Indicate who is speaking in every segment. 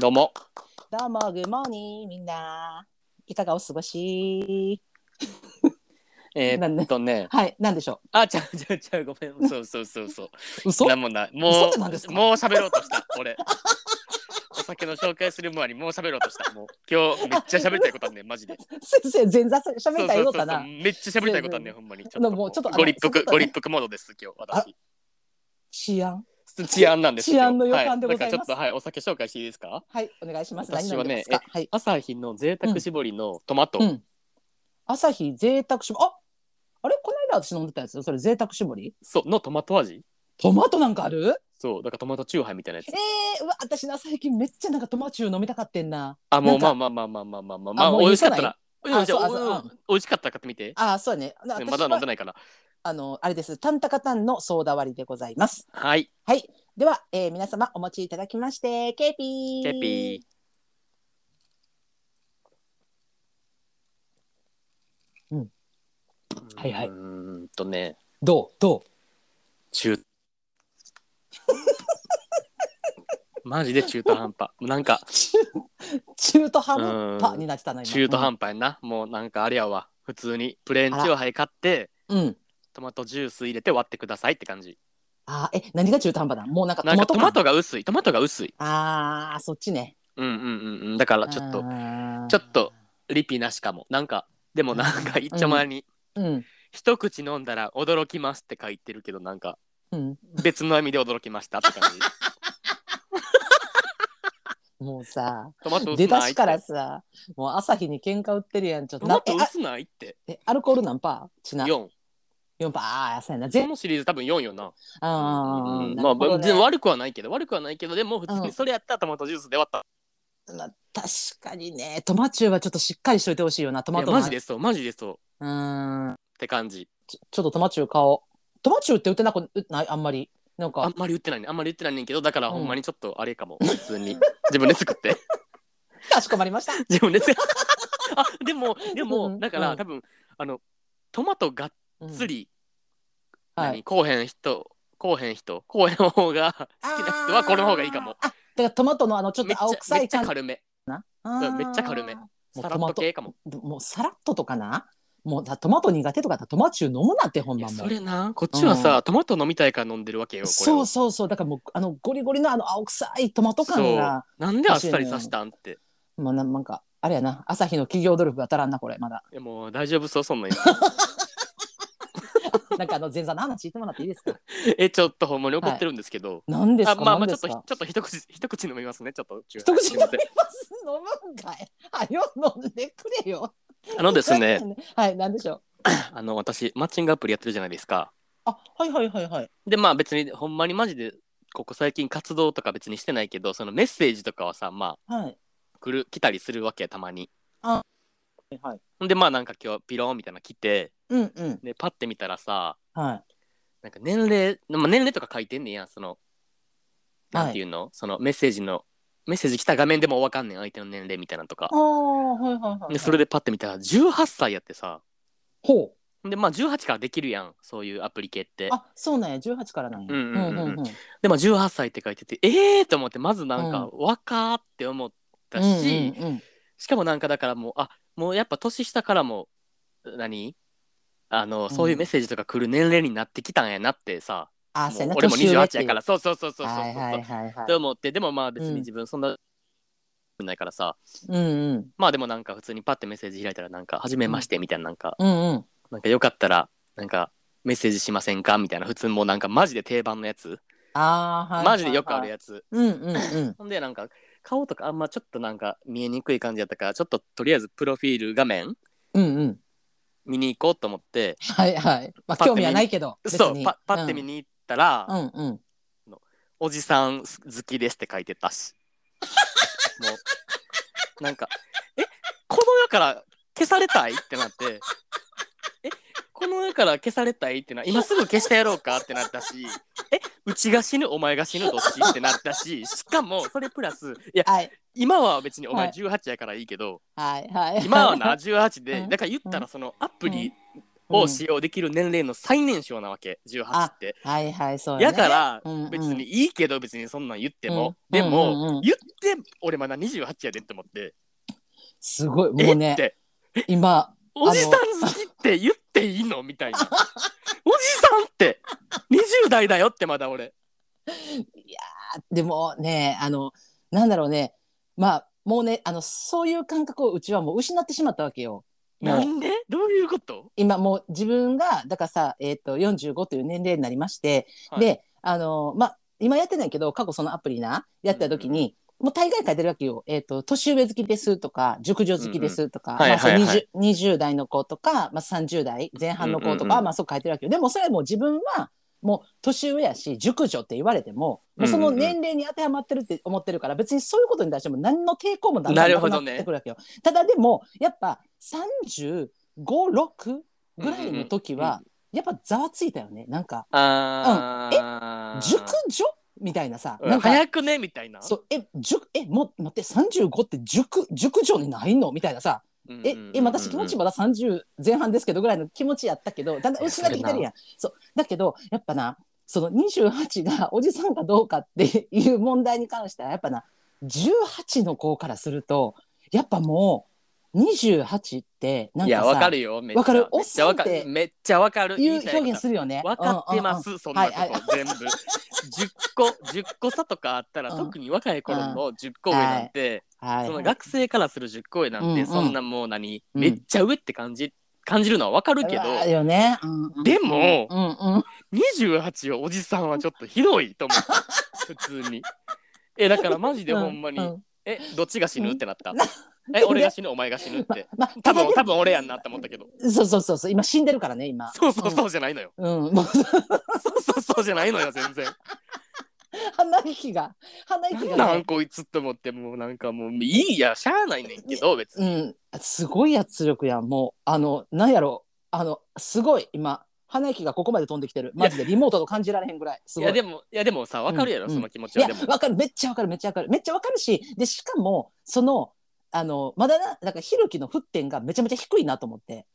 Speaker 1: どうも。
Speaker 2: どうも、グッモーニー、みんな。いかがお過ごし
Speaker 1: え
Speaker 2: なん
Speaker 1: ー、
Speaker 2: で
Speaker 1: っとね。
Speaker 2: はい、なんでしょ。
Speaker 1: あ、ちゃうちゃうちゃう、ごめん。そうそうそうそう
Speaker 2: 嘘
Speaker 1: う。なんもない。
Speaker 2: 嘘
Speaker 1: も
Speaker 2: って
Speaker 1: う、
Speaker 2: 何ですか
Speaker 1: もう喋ろうとした、俺。 お酒の紹介する前にもう喋ろうとした。もう今日めっちゃ喋りたいことあんねん、マジで。
Speaker 2: 先生、前座しゃべったらようかな。
Speaker 1: めっちゃ喋りたいことあんねん、ほんまに。ち
Speaker 2: でももうちょっとあの
Speaker 1: ご立
Speaker 2: ちょっ
Speaker 1: 腹、
Speaker 2: と
Speaker 1: ご
Speaker 2: ね
Speaker 1: 立腹モードです、今日、私。
Speaker 2: 治安。
Speaker 1: 治安なんです
Speaker 2: 治安の予感でござい
Speaker 1: はだ
Speaker 2: ます
Speaker 1: からちょっと、はい、お酒紹介していいですか
Speaker 2: はい、お願いします。
Speaker 1: 私はね
Speaker 2: 何飲んでますかはい。
Speaker 1: 朝日の贅沢絞りのトマト。
Speaker 2: うん。朝日贅沢絞り。あ、あれこの間私飲んでたやつそれ贅沢絞り
Speaker 1: そう、のトマト味
Speaker 2: トマトなんかある
Speaker 1: そう、だからトマトチューハイみたいなやつ
Speaker 2: え。ー、うわ、私な、最近めっちゃなんかトマチュー飲みたかってんな。
Speaker 1: あ、も
Speaker 2: な
Speaker 1: うん
Speaker 2: か
Speaker 1: まあまあまあまあまあまあまあ、ま
Speaker 2: あ
Speaker 1: あ、
Speaker 2: もう
Speaker 1: 美味
Speaker 2: 言う
Speaker 1: し
Speaker 2: し
Speaker 1: かっ
Speaker 2: かない
Speaker 1: たら。美
Speaker 2: あ
Speaker 1: 味し
Speaker 2: そうあそう
Speaker 1: うん
Speaker 2: あ
Speaker 1: 美味しかったら買ってみて。
Speaker 2: あー、そうやね。な
Speaker 1: ね
Speaker 2: 私
Speaker 1: まだ飲ん
Speaker 2: は
Speaker 1: でないから。
Speaker 2: あの、あれです。タンタカタンのソーダ割りでございます。
Speaker 1: はい。
Speaker 2: はい。では、えー、皆様お持ちいただきまして、ケーピー。
Speaker 1: ケーピー。
Speaker 2: うん。はいはいう
Speaker 1: ーんとね、
Speaker 2: どうど
Speaker 1: 中。マジで中途半端。もうなんか、
Speaker 2: う中途半端になってたな、今。
Speaker 1: 中途半端やな。もうなんかあれやわ。普通にプレーンチューハイ買って、
Speaker 2: 端。うん。
Speaker 1: トマトジュース入れて割ってくださいって感じ。
Speaker 2: あーえ、何が中途半端だもうなんか
Speaker 1: な
Speaker 2: ト
Speaker 1: ん
Speaker 2: マ
Speaker 1: かト
Speaker 2: ト感
Speaker 1: マトが薄い。トマトが薄い。
Speaker 2: あー、そっちね。
Speaker 1: うんうんうんうん。だからちょっと、ちょっと。リピなしかも。なんか、でもなんか一丁前に、
Speaker 2: うん。
Speaker 1: 一口飲んだら驚きますって書いてるけど、なんか、
Speaker 2: うん。
Speaker 1: 別の意味で驚きましたって 感じ。
Speaker 2: もうさ、
Speaker 1: トマト
Speaker 2: 出
Speaker 1: 薄
Speaker 2: だ
Speaker 1: ない
Speaker 2: し
Speaker 1: っ
Speaker 2: から
Speaker 1: て。
Speaker 2: さ、もう朝日に喧嘩売ってるやん。ちょっ
Speaker 1: ト
Speaker 2: と
Speaker 1: マ
Speaker 2: な。え
Speaker 1: ト、薄ないって。
Speaker 2: あえ、アルコール何パーちな。
Speaker 1: 4。
Speaker 2: 4パー。あー、そうやな。
Speaker 1: こ
Speaker 2: 全部。
Speaker 1: のシリーズ多分4よな。
Speaker 2: あ
Speaker 1: うんうん
Speaker 2: ー。
Speaker 1: まあ、
Speaker 2: なるほど
Speaker 1: 全
Speaker 2: ね
Speaker 1: 然悪くはないけど、悪くはないけど、でも普通
Speaker 2: う
Speaker 1: に
Speaker 2: ん
Speaker 1: それやったらトマトジュースで割った。
Speaker 2: まあ確かにねトマチューはちょっとしっかりしといてほしいよなト
Speaker 1: い
Speaker 2: マ
Speaker 1: や
Speaker 2: ト
Speaker 1: マジでそう、マジでそう。っ
Speaker 2: うーん
Speaker 1: て感じ。
Speaker 2: ちょちょっとトマチュー買おうトマチューって売ってなくないあんまりなん
Speaker 1: あ
Speaker 2: か
Speaker 1: んまり売ってないね。あんまり売ってないねんけど、だから
Speaker 2: うん
Speaker 1: ほんまにちょっとあれかも。普通に。自分で作って。
Speaker 2: かしこまりました
Speaker 1: 自分で作って。あ、でも、で
Speaker 2: うんう
Speaker 1: も、
Speaker 2: ん
Speaker 1: だから
Speaker 2: うん
Speaker 1: 多分、あの、トマトがっつり、
Speaker 2: うんは
Speaker 1: 何
Speaker 2: い
Speaker 1: こうへん人、こうへん人、こうへん方が好きな人はこの方がいいかも。
Speaker 2: あーあだからトマトのあのちょっ
Speaker 1: めっ
Speaker 2: と
Speaker 1: ちゃ
Speaker 2: 青臭
Speaker 1: めっ
Speaker 2: い
Speaker 1: ちゃ
Speaker 2: 感じ
Speaker 1: 軽め。
Speaker 2: あー
Speaker 1: めっちゃ軽め
Speaker 2: も
Speaker 1: サ
Speaker 2: う
Speaker 1: ラ
Speaker 2: ト
Speaker 1: ッ
Speaker 2: マ
Speaker 1: と
Speaker 2: ト
Speaker 1: 系かも。
Speaker 2: もうサラッととかなもうだトマト苦手とかだったらトマチュー飲むなってほん
Speaker 1: い
Speaker 2: ま
Speaker 1: や
Speaker 2: も
Speaker 1: そうれなこっちはさ、トマト飲みたいから飲んでるわけよこれを
Speaker 2: そうそうそうだからもうあのゴリゴリのあの青臭いトマト感が
Speaker 1: なんであっさりさしたんって
Speaker 2: もうななんかあれやな朝日の企業努力が足らんなこれ まだ
Speaker 1: いやもう大丈夫そうそんなん
Speaker 2: なんかあの前座の話言ってもらっていいですか
Speaker 1: えちょっとほんまに怒ってるんですけど、
Speaker 2: 何です
Speaker 1: あ
Speaker 2: か
Speaker 1: まあまあ
Speaker 2: 何
Speaker 1: ちょっ
Speaker 2: ですか
Speaker 1: とちょっと一口一口飲みますねちょっと一
Speaker 2: 一口飲みます飲むんかいはよ飲んでくれよ
Speaker 1: あのですね
Speaker 2: はいなんでしょう
Speaker 1: あの私マッチングアプリやってるじゃないですか
Speaker 2: あはいはいはいはい
Speaker 1: でまあ別にほんまにマジでここ最近活動とか別にしてないけどそのメッセージとかはさま
Speaker 2: はい
Speaker 1: あ来る来たりするわけたまに
Speaker 2: はい
Speaker 1: ほんでまあなんか今日ピローンみたいなの来て
Speaker 2: うんうん
Speaker 1: でパッて見たらさ
Speaker 2: はい
Speaker 1: なんか年齢、まあ、年齢とか書いてんねんやその
Speaker 2: はい
Speaker 1: なんていうの、そのメッセージのメッセージ来た画面でもわかんねん相手の年齢みたいなのとか
Speaker 2: あ、あはいはいはいはい
Speaker 1: でそれでパッて見たら18歳やってさ
Speaker 2: ほう
Speaker 1: でまあ18からできるやんそういうアプリ系って
Speaker 2: あそうなんや18からなんや
Speaker 1: うんうんうんうん
Speaker 2: うん
Speaker 1: でまあ18歳って書いててええー、と思ってまずなんか
Speaker 2: う
Speaker 1: 若ーって思ったし、
Speaker 2: うんうんうん
Speaker 1: しかもなんかだからもうあもうやっぱ年下からも何あのそういうメッセージとか来る年齢になってきたんやなってさ、
Speaker 2: あそうや
Speaker 1: も
Speaker 2: な
Speaker 1: う俺も
Speaker 2: 年上って
Speaker 1: 28
Speaker 2: いう
Speaker 1: やからそうそうそうそうそうそう、
Speaker 2: はいはいはい
Speaker 1: って
Speaker 2: はい
Speaker 1: 思ってでもまあ別
Speaker 2: うん
Speaker 1: に自分そんな、ないからさ
Speaker 2: うんうん
Speaker 1: まあでもなんか普通にパッてメッセージ開いたらなんか「はじめまして」みたいななんか、
Speaker 2: うんうん
Speaker 1: なんかよかったらなんかメッセージしませんかみたいな普通もうなんかマジで定番のやつ、
Speaker 2: あーはい
Speaker 1: マジでよくある
Speaker 2: や
Speaker 1: やつ、
Speaker 2: うんうんうん
Speaker 1: ほんでなんか顔とかあんまちょっとなんか見えにくい感じやったからちょっととりあえずプロフィール画面
Speaker 2: うんうん
Speaker 1: 見に行こうと思って
Speaker 2: はいはいま
Speaker 1: パ
Speaker 2: あ
Speaker 1: ッて見
Speaker 2: 興味はないけど
Speaker 1: そうパパッて見に
Speaker 2: に
Speaker 1: 行ったら、
Speaker 2: うんうんうん
Speaker 1: おじさん好きですって書いてたしもうなんかえこの世から消されたいってなってえこの世から消されたいってな今すぐ消してやろうかってなったしえうちが死ぬお前が死ぬどっちってなったししかもそれプラスいや
Speaker 2: はい
Speaker 1: 今は別にお前
Speaker 2: はい
Speaker 1: 18やからいいけど、
Speaker 2: はいはい
Speaker 1: 今はな18
Speaker 2: う
Speaker 1: で
Speaker 2: ん
Speaker 1: だから言ったらそのアプリを使用できる年齢の最年少なわけ18って。
Speaker 2: はいはい、そう
Speaker 1: や
Speaker 2: ね
Speaker 1: から
Speaker 2: うんうん
Speaker 1: 別にいいけど別にそんなん言っても、
Speaker 2: うん
Speaker 1: でも、
Speaker 2: うんうんうん
Speaker 1: 言って俺まだ28やでって思って
Speaker 2: すごい、も
Speaker 1: え
Speaker 2: う
Speaker 1: っ
Speaker 2: ね、
Speaker 1: て
Speaker 2: 今、
Speaker 1: おじさん好きって言っていいのみた いなおじさんって20代だよってまだ俺
Speaker 2: でもね、あの、なんだろうね、まあ、もうね、あの、そういう感覚をうちはもう失ってしまったわけよ。もう
Speaker 1: なんでどういうこと
Speaker 2: 今もう自分がだからさ、えっと45という年齢になりまして、
Speaker 1: はい
Speaker 2: であのまあ今やってないけど過去そのアプリなやってた時に、もう大概書いてるわけよ、えっと年上好きですとか熟女好きですとか、
Speaker 1: うんうん
Speaker 2: まあそう
Speaker 1: はいはいは
Speaker 2: 20, 20代の子とか、まあ、30代前半の子とか、
Speaker 1: うんうんうん
Speaker 2: まあそう書いてるわけよでもそれはもう自分はもう年上やし熟女って言われても,、もうその
Speaker 1: うんうんうん
Speaker 2: 年齢に当てはまってるって思ってるから別にそういうことに対しても何の抵抗もだんだ
Speaker 1: なんる
Speaker 2: なく
Speaker 1: ほ
Speaker 2: なっ
Speaker 1: どね
Speaker 2: てくるわけよ。ただでもやっぱ30 56ぐらいの時
Speaker 1: うんうん
Speaker 2: は、やっぱざわついたよねなんか
Speaker 1: あー
Speaker 2: 熟女みたいなさ
Speaker 1: うん
Speaker 2: なんか
Speaker 1: 早くねみたいな
Speaker 2: そうえ熟えもう待って35って熟熟女にないのみたいなさ
Speaker 1: うん
Speaker 2: え
Speaker 1: うん
Speaker 2: え私気持ちまだ30前半ですけどぐらいの気持ちやったけどだんだん失ってきてるやんそうだけどやっぱなその28がおじさんかどうかっていう問題に関してはやっぱな18の子からするとやっぱもう28ってなんか
Speaker 1: い
Speaker 2: さ
Speaker 1: やわかるよめっちゃ
Speaker 2: わかる
Speaker 1: めっちゃわか
Speaker 2: おっさんっ
Speaker 1: るめっちゃわかる
Speaker 2: ていう
Speaker 1: 言いたいこと
Speaker 2: 表現するよね。
Speaker 1: わかってま
Speaker 2: うんうんうん。
Speaker 1: す、そんなこと、
Speaker 2: はいはい
Speaker 1: 全部。10個、10個差とかあったら、
Speaker 2: うん
Speaker 1: 特に若い頃の10個上なんて、
Speaker 2: はい、
Speaker 1: その学生からする10個上なんて、
Speaker 2: うんうん
Speaker 1: そんなもう何、
Speaker 2: うん
Speaker 1: めっちゃ上って感じ、感じるのはわかるけど、
Speaker 2: あるよね。うんうん
Speaker 1: でも
Speaker 2: うんうん、
Speaker 1: 28をおじさんはちょっとひどいと思 う。普通に。え、だからマジでほんまに、
Speaker 2: うう
Speaker 1: え、どっちが死ぬってなった
Speaker 2: うん。
Speaker 1: え、俺が死ぬ、お前が死ぬっ
Speaker 2: ま
Speaker 1: て。
Speaker 2: まあ、
Speaker 1: 多
Speaker 2: ただ
Speaker 1: 分、多分俺やんなって思ったけど。
Speaker 2: そうそうそうそう今死んでるからね今。
Speaker 1: そうそうそうじゃないのよ。
Speaker 2: うん、 もう
Speaker 1: そうそうそうじゃないのよ、全然。
Speaker 2: 鼻息が鼻息
Speaker 1: な
Speaker 2: が、
Speaker 1: ん
Speaker 2: ね、
Speaker 1: こいつって思ってもうなんかもういいやしゃあないねんけど別
Speaker 2: う
Speaker 1: に
Speaker 2: んすごい圧力やんもうあのなんやろあのすごい今鼻息がここまで飛んできてるマジでリモートと感じられへんぐらいす
Speaker 1: い
Speaker 2: ご
Speaker 1: や
Speaker 2: い。
Speaker 1: でもいやでもさわかるやろ、
Speaker 2: うん
Speaker 1: その気持ち
Speaker 2: い
Speaker 1: は
Speaker 2: や
Speaker 1: でも
Speaker 2: わかるめっちゃわかるめっちゃわかるめっちゃわかるしでしかもそのあのまだななんかひろきの沸点がめちゃめちゃ低いなと思って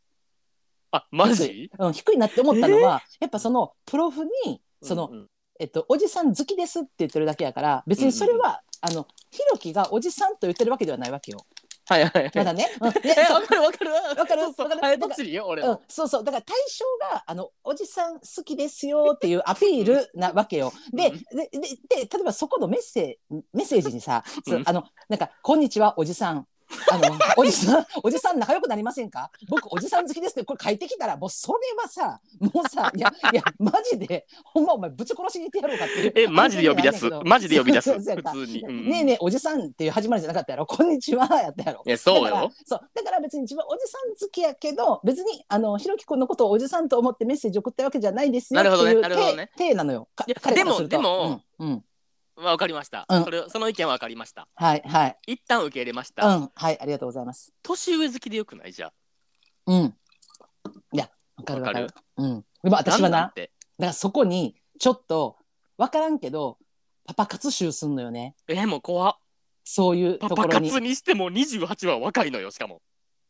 Speaker 1: あマ
Speaker 2: 低い
Speaker 1: ジ
Speaker 2: うん、低いなって思ったのは、やっぱそのプロフにその、
Speaker 1: うんうん
Speaker 2: えっと、おじさん好きですって言ってるだけやから別にそれは、あのひろきがおじさんと言ってるわけではないわけよ
Speaker 1: はいはいはい
Speaker 2: まだね。うん、で
Speaker 1: え
Speaker 2: そう
Speaker 1: わかるわかる
Speaker 2: わかる
Speaker 1: そうそう
Speaker 2: わかる
Speaker 1: あれどっちによ俺
Speaker 2: うん
Speaker 1: の、
Speaker 2: そうそうだから対象があのおじさん好きですよっていうアピールなわけよ。で
Speaker 1: う
Speaker 2: で
Speaker 1: ん
Speaker 2: でで例えばそこのメッセメッセージにさ「そ
Speaker 1: う
Speaker 2: う
Speaker 1: ん
Speaker 2: あのなんかこんにちはおじさん」あのおじさん、おじさん仲良くなりませんか。僕おじさん好きですって、これ書いてきたら、もうそれはさ、もうさ、いや、いや、マジで。ほんま、お前ぶち殺しに行ってやろうかっていう。
Speaker 1: えマジで呼び出す
Speaker 2: 感じ
Speaker 1: マジで呼び出す
Speaker 2: そうそうや
Speaker 1: 普
Speaker 2: った
Speaker 1: 通に、
Speaker 2: な
Speaker 1: うん
Speaker 2: やけど
Speaker 1: ん、
Speaker 2: ねえねえ、おじさんっていう始まりじゃなかったやろ。こんにちはやったやろ。
Speaker 1: いやそう
Speaker 2: だから
Speaker 1: よ
Speaker 2: そうだから別に自分はおじさん好きやけど別にあのひろきくんのことをおじさんと思ってメッセージ送ったわけじゃないですよって
Speaker 1: なるほどね
Speaker 2: いう
Speaker 1: なるほどね
Speaker 2: 体体なのよ。か
Speaker 1: いや
Speaker 2: 彼からする
Speaker 1: で
Speaker 2: と
Speaker 1: も、
Speaker 2: うんうん
Speaker 1: わ、かりました、
Speaker 2: うん
Speaker 1: それその意見はわかりました
Speaker 2: はいはい、
Speaker 1: 一旦受け入れまし
Speaker 2: う
Speaker 1: た、
Speaker 2: んはいありがとうございます。
Speaker 1: 年上好きでよくないじゃあ
Speaker 2: うん、いやわかるわかる。
Speaker 1: わ
Speaker 2: うん、でも私は
Speaker 1: な
Speaker 2: なん
Speaker 1: なん
Speaker 2: だ
Speaker 1: て
Speaker 2: からそこにちょっとわからんけどパパ活集すんのよね
Speaker 1: えもう怖っ
Speaker 2: そういう
Speaker 1: パ
Speaker 2: と
Speaker 1: パ
Speaker 2: ころに
Speaker 1: 活にしても28は若いのよしかも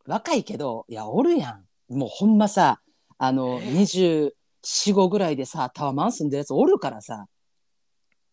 Speaker 2: 若いけどいやおるやんもうほんまさあの
Speaker 1: え
Speaker 2: 24、5ぐらいでさタワマン住んでるやつおるからさ。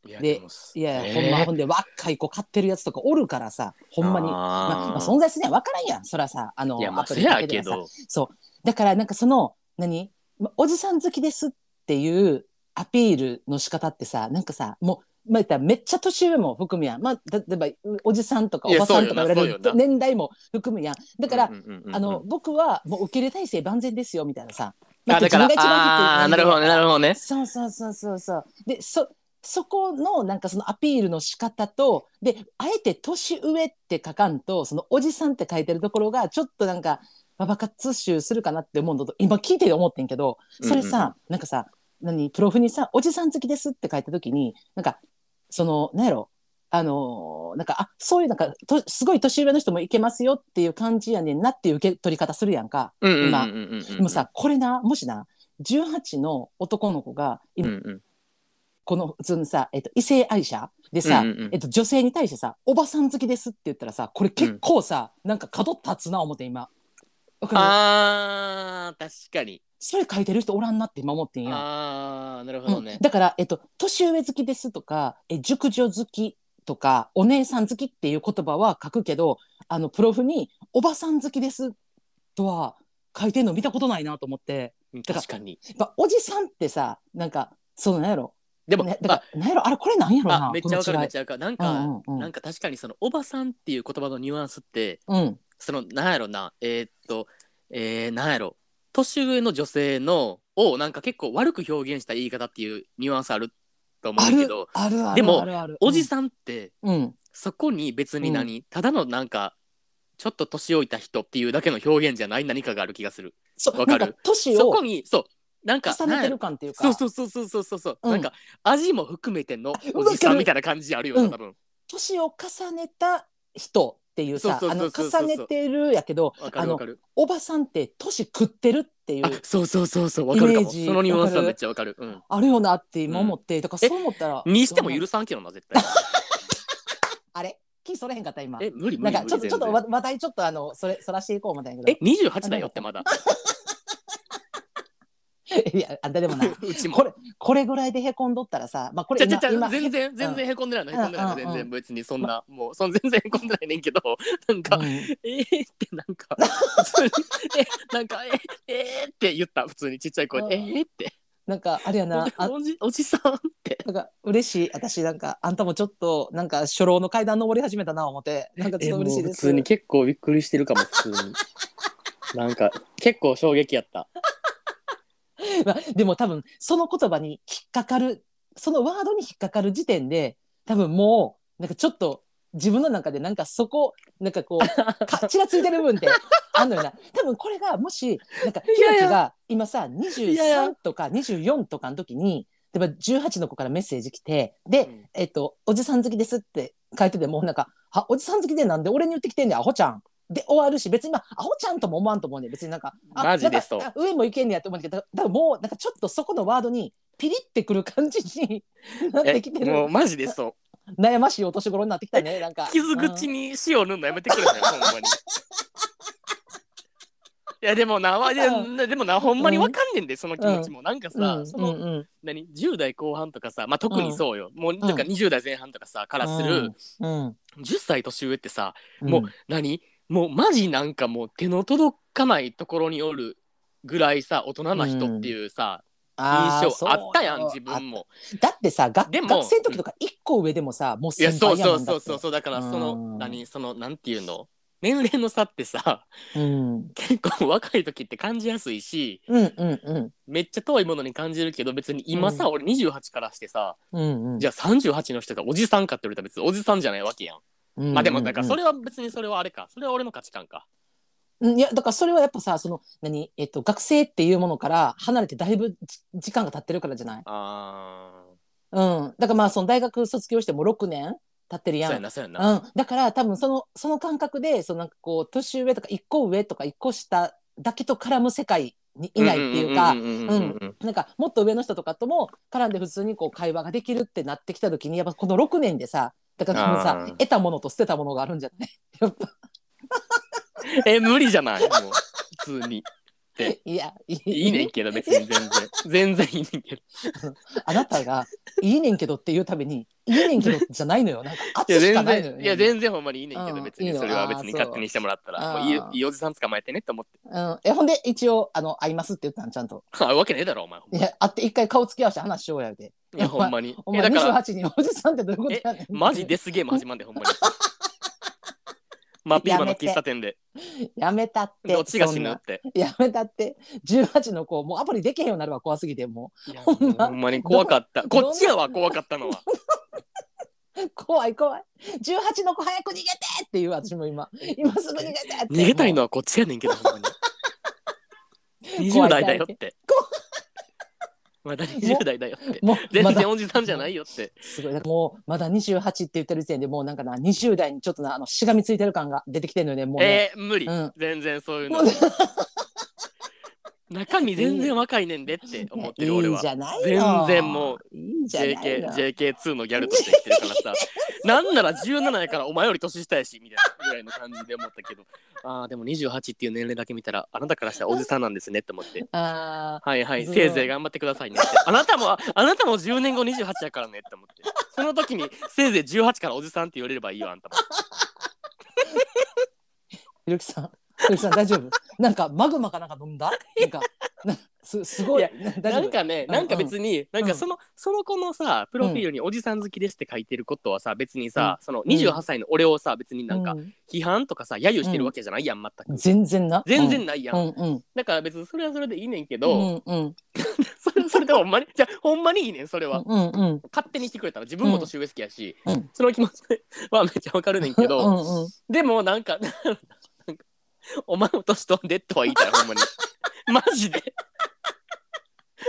Speaker 1: いや
Speaker 2: で
Speaker 1: もす
Speaker 2: いや、
Speaker 1: えー
Speaker 2: ほんまほんで若い子買ってるやつとかおるからさほんまに
Speaker 1: あー
Speaker 2: まあまあ、存在するには分からんやんそらさあの
Speaker 1: いやまあ
Speaker 2: アプ
Speaker 1: せ
Speaker 2: リ
Speaker 1: や
Speaker 2: だけで
Speaker 1: け
Speaker 2: はさ
Speaker 1: ど
Speaker 2: だからなんかその何まおじさん好きですっていうアピールの仕方ってさなんかさもう、まあ、言ったらめっちゃ年上も含むやん、まあ、例えばおじさんとか
Speaker 1: い
Speaker 2: お
Speaker 1: や
Speaker 2: ばさんとか言わ
Speaker 1: そ
Speaker 2: れ
Speaker 1: うよ
Speaker 2: る
Speaker 1: なそうよな
Speaker 2: 年代も含むやんだから、
Speaker 1: うんうんうんうん
Speaker 2: あの僕はもう受け入れ体制万全ですよみたいなさ、ま
Speaker 1: あ、だから、ああー、なるほどね、なるほどね。
Speaker 2: そうそうそうそうそう。で、そ、そこのなんかそのアピールの仕方と、で、あえて年上って書かんと、そのおじさんって書いてるところが、ちょっとなんか、ババ活集するかなって思うのと、今聞いてて思ってんけど、それさ、
Speaker 1: うん
Speaker 2: なんかさ、何、プロフにさ、おじさん好きですって書いたときに、なんか、その、なんやろ、あのーなんか、あ、そういうなんか、とすごい年上の人もいけますよっていう感じやねんなっていう受け取り方するやんか。
Speaker 1: うんうんうん
Speaker 2: 今
Speaker 1: うんうんうん、
Speaker 2: でもさこれなもしな18の男の子が
Speaker 1: うん
Speaker 2: 今
Speaker 1: うん、
Speaker 2: この普通のさ、えっと、異性愛者でさ、
Speaker 1: うんうんうん
Speaker 2: えっと、女性に対してさ「おばさん好きです」って言ったらさこれ結構さ、なんか角立つな思って今。わかる
Speaker 1: あー確かに
Speaker 2: それ書いてる人おらんなって今思ってんや、
Speaker 1: ああなるほ
Speaker 2: う
Speaker 1: ど
Speaker 2: ん
Speaker 1: ね、
Speaker 2: だから、えっと、年上好きですとかえ熟女好きとかお姉さん好きっていう言葉は書くけどあのプロフに「おばさん好きです」とは書いてんの見たことないなと思って
Speaker 1: うん
Speaker 2: だから
Speaker 1: 確かに
Speaker 2: やっぱおじさんってさなんかそのなんやろ
Speaker 1: でも、
Speaker 2: ね、だ
Speaker 1: ま
Speaker 2: からなんやろあれこれなんやろ
Speaker 1: あ
Speaker 2: な
Speaker 1: あめっ
Speaker 2: こ
Speaker 1: ち
Speaker 2: の
Speaker 1: ゃわかるめ
Speaker 2: 違
Speaker 1: っ
Speaker 2: い
Speaker 1: ちゃわかるなんか、
Speaker 2: うんうんうん
Speaker 1: なんか確かにその「おばさん」っていう言葉のニュアンスって
Speaker 2: うん
Speaker 1: そのなんやろなえーっとえー、なんやろ年上の女性のをなんか結構悪く表現した言い方っていうニュアンスあると思
Speaker 2: あ
Speaker 1: うけ
Speaker 2: る
Speaker 1: ど
Speaker 2: あるある
Speaker 1: でも
Speaker 2: あるある
Speaker 1: おじさんって
Speaker 2: うん
Speaker 1: そこに別に何、ただのなんかちょっと年老いた人っていうだけの表現じゃない何かがある気がする
Speaker 2: そう
Speaker 1: わかる
Speaker 2: なん年
Speaker 1: そ
Speaker 2: を
Speaker 1: こにそうなんか
Speaker 2: 重ねてる感っていうか
Speaker 1: なんやろそうそうそうそうそうそう、
Speaker 2: うん
Speaker 1: なんか味も含めての
Speaker 2: わ
Speaker 1: お
Speaker 2: かる
Speaker 1: じさんみたいな感じあるよ
Speaker 2: う
Speaker 1: なん多分
Speaker 2: 年を重ねた人っていうさ
Speaker 1: そう
Speaker 2: あ
Speaker 1: そうそ
Speaker 2: の
Speaker 1: うそう
Speaker 2: 重ねてるやけど
Speaker 1: わか
Speaker 2: あ
Speaker 1: る
Speaker 2: の
Speaker 1: わかる
Speaker 2: おばさんって年食ってるっていう
Speaker 1: あそうそうそうそうわかるか
Speaker 2: イメー
Speaker 1: も
Speaker 2: ジ
Speaker 1: そのニュアンス
Speaker 2: わか
Speaker 1: は
Speaker 2: る
Speaker 1: めっちゃわかる、うん、
Speaker 2: あるよなって今思って、だから
Speaker 1: え
Speaker 2: そう思ったら
Speaker 1: にしても許
Speaker 2: す
Speaker 1: さんけどな絶対
Speaker 2: あれ気それへんかった今
Speaker 1: え無理無
Speaker 2: なん
Speaker 1: 理
Speaker 2: か
Speaker 1: 無理
Speaker 2: ちょっとちょっと
Speaker 1: 全
Speaker 2: わ
Speaker 1: 然
Speaker 2: 話題ちょっとあのそれそらしていこうみたいな
Speaker 1: え二28だよって まだ
Speaker 2: けど いやあでもな
Speaker 1: うちも
Speaker 2: これこれぐらいでへこんどったらさまあこ
Speaker 1: ち
Speaker 2: れ
Speaker 1: ゃち
Speaker 2: 今
Speaker 1: ゃちゃ
Speaker 2: 今
Speaker 1: 全然全然へこんでないのへこ
Speaker 2: うん
Speaker 1: んでないの
Speaker 2: うんうん
Speaker 1: 全
Speaker 2: うん
Speaker 1: 然別にそんなもうそん全然へこんでないねんけどなんか
Speaker 2: うん
Speaker 1: えーってなんか普通にえなんかええーって言った普通にちっちゃい声でえ
Speaker 2: うん
Speaker 1: ーって
Speaker 2: なんかあれ やなあ
Speaker 1: おじおじさんって
Speaker 2: なんか嬉しい私なんかあんたもちょっとなんか初老の階段登り始めたな思ってなんかちょっと嬉し
Speaker 1: え
Speaker 2: いです
Speaker 1: もう普通に結構びっくりしてるかも普通 になんか結構衝撃やった
Speaker 2: まあ、でも多分その言葉に引っかかるそのワードに引っかかる時点で多分もうなんかちょっと自分の中でなんかそこなんかこ うかちらついてる部分ってあんのよな多分これがもしなんかひろ
Speaker 1: やい
Speaker 2: き
Speaker 1: や
Speaker 2: が今さ
Speaker 1: いやい
Speaker 2: 23
Speaker 1: や
Speaker 2: とか24とかの時に例えば18の子からメッセージ来てで、
Speaker 1: うん
Speaker 2: えっと「おじさん好きです」って書いててもなんか「あおじさん好きでなんで俺に言ってきてんねんアホちゃん」で終わるし別にまあアホちゃんとも思わんと思うねん別になんかあ
Speaker 1: マジでそう
Speaker 2: なんかあ上もいけんねやと思うんだけど多分もうなんかちょっとそこのワードにピリってくる感じになってきて
Speaker 1: えも
Speaker 2: る
Speaker 1: うマジでそう
Speaker 2: 悩ましいお年頃になってきたねなんか
Speaker 1: 傷口
Speaker 2: うん
Speaker 1: に塩塗るのやめてくれさい、ほんまに。いやでもなわででもなほんまにわかんねんで、その気持ちも、なんかさ、
Speaker 2: うん
Speaker 1: そ
Speaker 2: うん
Speaker 1: の
Speaker 2: うん
Speaker 1: 何10代後半とかさ、まあ、特にそうよ、もうとか
Speaker 2: うん
Speaker 1: 20代前半とかさからする、
Speaker 2: うん
Speaker 1: 10歳年上ってさ
Speaker 2: うん
Speaker 1: もう何もうマジなんかもう手の届かないところにおるぐらいさ大人な人っていうさ、
Speaker 2: あー
Speaker 1: 印象あったやん
Speaker 2: そう
Speaker 1: 自分も。
Speaker 2: だってさが
Speaker 1: でも
Speaker 2: 学生の時とか一個上でもさもう
Speaker 1: いや
Speaker 2: 先
Speaker 1: そう
Speaker 2: 輩
Speaker 1: そう
Speaker 2: やも
Speaker 1: ん
Speaker 2: だ
Speaker 1: そ
Speaker 2: っ
Speaker 1: う
Speaker 2: て
Speaker 1: そうそうだからその、
Speaker 2: うん
Speaker 1: 何そのなんていうの年齢の差ってさ
Speaker 2: うん
Speaker 1: 結構若い時って感じやすいし
Speaker 2: うんうんうん
Speaker 1: めっちゃ遠いものに感じるけど別に今さ、俺28からしてさ
Speaker 2: うんうん
Speaker 1: じゃあ38の人がおじさんかって言われたら別におじさんじゃないわけやん。まあでもだからそ
Speaker 2: れ
Speaker 1: れは別にそれはあれかそれは俺の価値観か。
Speaker 2: いやだからそれはやっぱさその何えっと学生っていうものから離れてだいぶじ時間が経ってるからじゃない
Speaker 1: あ
Speaker 2: うんだからまあその大学卒業しても6年経ってる
Speaker 1: ー
Speaker 2: や
Speaker 1: そうや
Speaker 2: ん
Speaker 1: なそうやな。
Speaker 2: うん、だから多分そのその感覚でそのなんかこう年上とか一個上とか一個下だけと絡む世界にいないっていうか
Speaker 1: んん
Speaker 2: うん
Speaker 1: んんん
Speaker 2: なんかもっと上の人とかとも絡んで普通にこう会話ができるってなってきた時にやっぱこの6年でさだから多分
Speaker 1: あ
Speaker 2: さ
Speaker 1: ー
Speaker 2: 得たものと捨てたものがあるんじゃない やっぱ
Speaker 1: え無理じ ゃないもう普通に。
Speaker 2: いやい
Speaker 1: いいねんけど別に全然全然いいねんけど。
Speaker 2: あなたが「いいねんけど」っていうために「いいねんけど」じゃないのよなんか
Speaker 1: いや
Speaker 2: 圧し
Speaker 1: 全
Speaker 2: かないのよ
Speaker 1: 然いや全然ほんまにいいねんけ
Speaker 2: う
Speaker 1: ど
Speaker 2: ん
Speaker 1: 別
Speaker 2: いい
Speaker 1: に
Speaker 2: の
Speaker 1: それは
Speaker 2: あー
Speaker 1: 別に勝手にしてもらったら
Speaker 2: そう
Speaker 1: もういい
Speaker 2: あー
Speaker 1: いいおじさん捕まえてねって思って。
Speaker 2: うん、えほんで一応あの会いますって言ったんちゃんと
Speaker 1: あわけねえだろお前。ほんま
Speaker 2: いや会って一回顔つき合わせて話しようやで
Speaker 1: いやほんまに。
Speaker 2: お
Speaker 1: え
Speaker 2: 前
Speaker 1: だから
Speaker 2: 28人おじさんってどういうことやねん
Speaker 1: マジデスゲーム始まんでほんまに。マピーマの喫茶店 で。
Speaker 2: やめたって
Speaker 1: どっちが死
Speaker 2: そん
Speaker 1: ぬ
Speaker 2: な
Speaker 1: って。
Speaker 2: やめたって18の子もうアプリできへんようになるわ怖すぎても
Speaker 1: いや
Speaker 2: ほ
Speaker 1: ほ
Speaker 2: んま
Speaker 1: んまに怖かった。
Speaker 2: どどんな
Speaker 1: こっちやわ怖かったのは。
Speaker 2: う怖い怖い18の子早く逃げてっていう私も今今すぐ逃げてって
Speaker 1: 逃げたい
Speaker 2: の
Speaker 1: のはこっちやねんけどほんま に。
Speaker 2: 怖
Speaker 1: 20
Speaker 2: い
Speaker 1: 代だよって。まだ20代だよって。
Speaker 2: もうま
Speaker 1: 全
Speaker 2: だ
Speaker 1: 然おじさんじゃないよって。
Speaker 2: すごい。だからもう、まだ28って言ってる時点でもうなんかな、20代にちょっとな、あの、しがみついてる感が出てきてるのよね、もうね、
Speaker 1: えー、無理
Speaker 2: うん。
Speaker 1: 全然そういうの
Speaker 2: もう。
Speaker 1: 中身全然若いねんでって思ってる俺
Speaker 2: いい
Speaker 1: は
Speaker 2: じ。ゃない
Speaker 1: 全
Speaker 2: の
Speaker 1: 然も
Speaker 2: う。いいじゃないの
Speaker 1: JK、JK2 のギャルとして生きてるからさ、なんなら17やからお前より年下やし、みたいなぐらいの感じで思ったけど、ああ、でも28っていう年齢だけ見たら、あなたからしたらおじさんなんですねって思って。
Speaker 2: あー
Speaker 1: はいはい、
Speaker 2: そう
Speaker 1: せいぜい頑張ってくださいねって。あなたも、ああなたも10年後28やからねって思って。その時に、せいぜい18からおじさんって言われればいいよ、あんたも。
Speaker 2: ひろきさんひろきさん大丈夫 なんかマグマかなんか飲んだなんかなすすご
Speaker 1: い
Speaker 2: い
Speaker 1: や
Speaker 2: な 大丈
Speaker 1: なん
Speaker 2: 夫
Speaker 1: かね、
Speaker 2: うん
Speaker 1: なんか別に、なんかその、その子のさ、プロフィールにおじさん好きですって書いてることはさ、別にさ、その28歳の俺をさ、別になんか
Speaker 2: う
Speaker 1: 批判とかさ、揶揄してるわけじゃないやん、全く。
Speaker 2: 全然な
Speaker 1: 全然ないや。
Speaker 2: うんんうん
Speaker 1: だから別にそれはそれでいいねんけ
Speaker 2: う
Speaker 1: ど、
Speaker 2: んうん
Speaker 1: それそれでほんまに、じゃあほんまにいいねん、それは。
Speaker 2: うんうん
Speaker 1: 勝手にしてくれたら自分も年上好きやし、
Speaker 2: うん
Speaker 1: その気持ちはめっちゃわかるねんけ
Speaker 2: う
Speaker 1: ど、
Speaker 2: んうん
Speaker 1: でもなんか なんかお前も年取んでとは言い たいほんまにマジで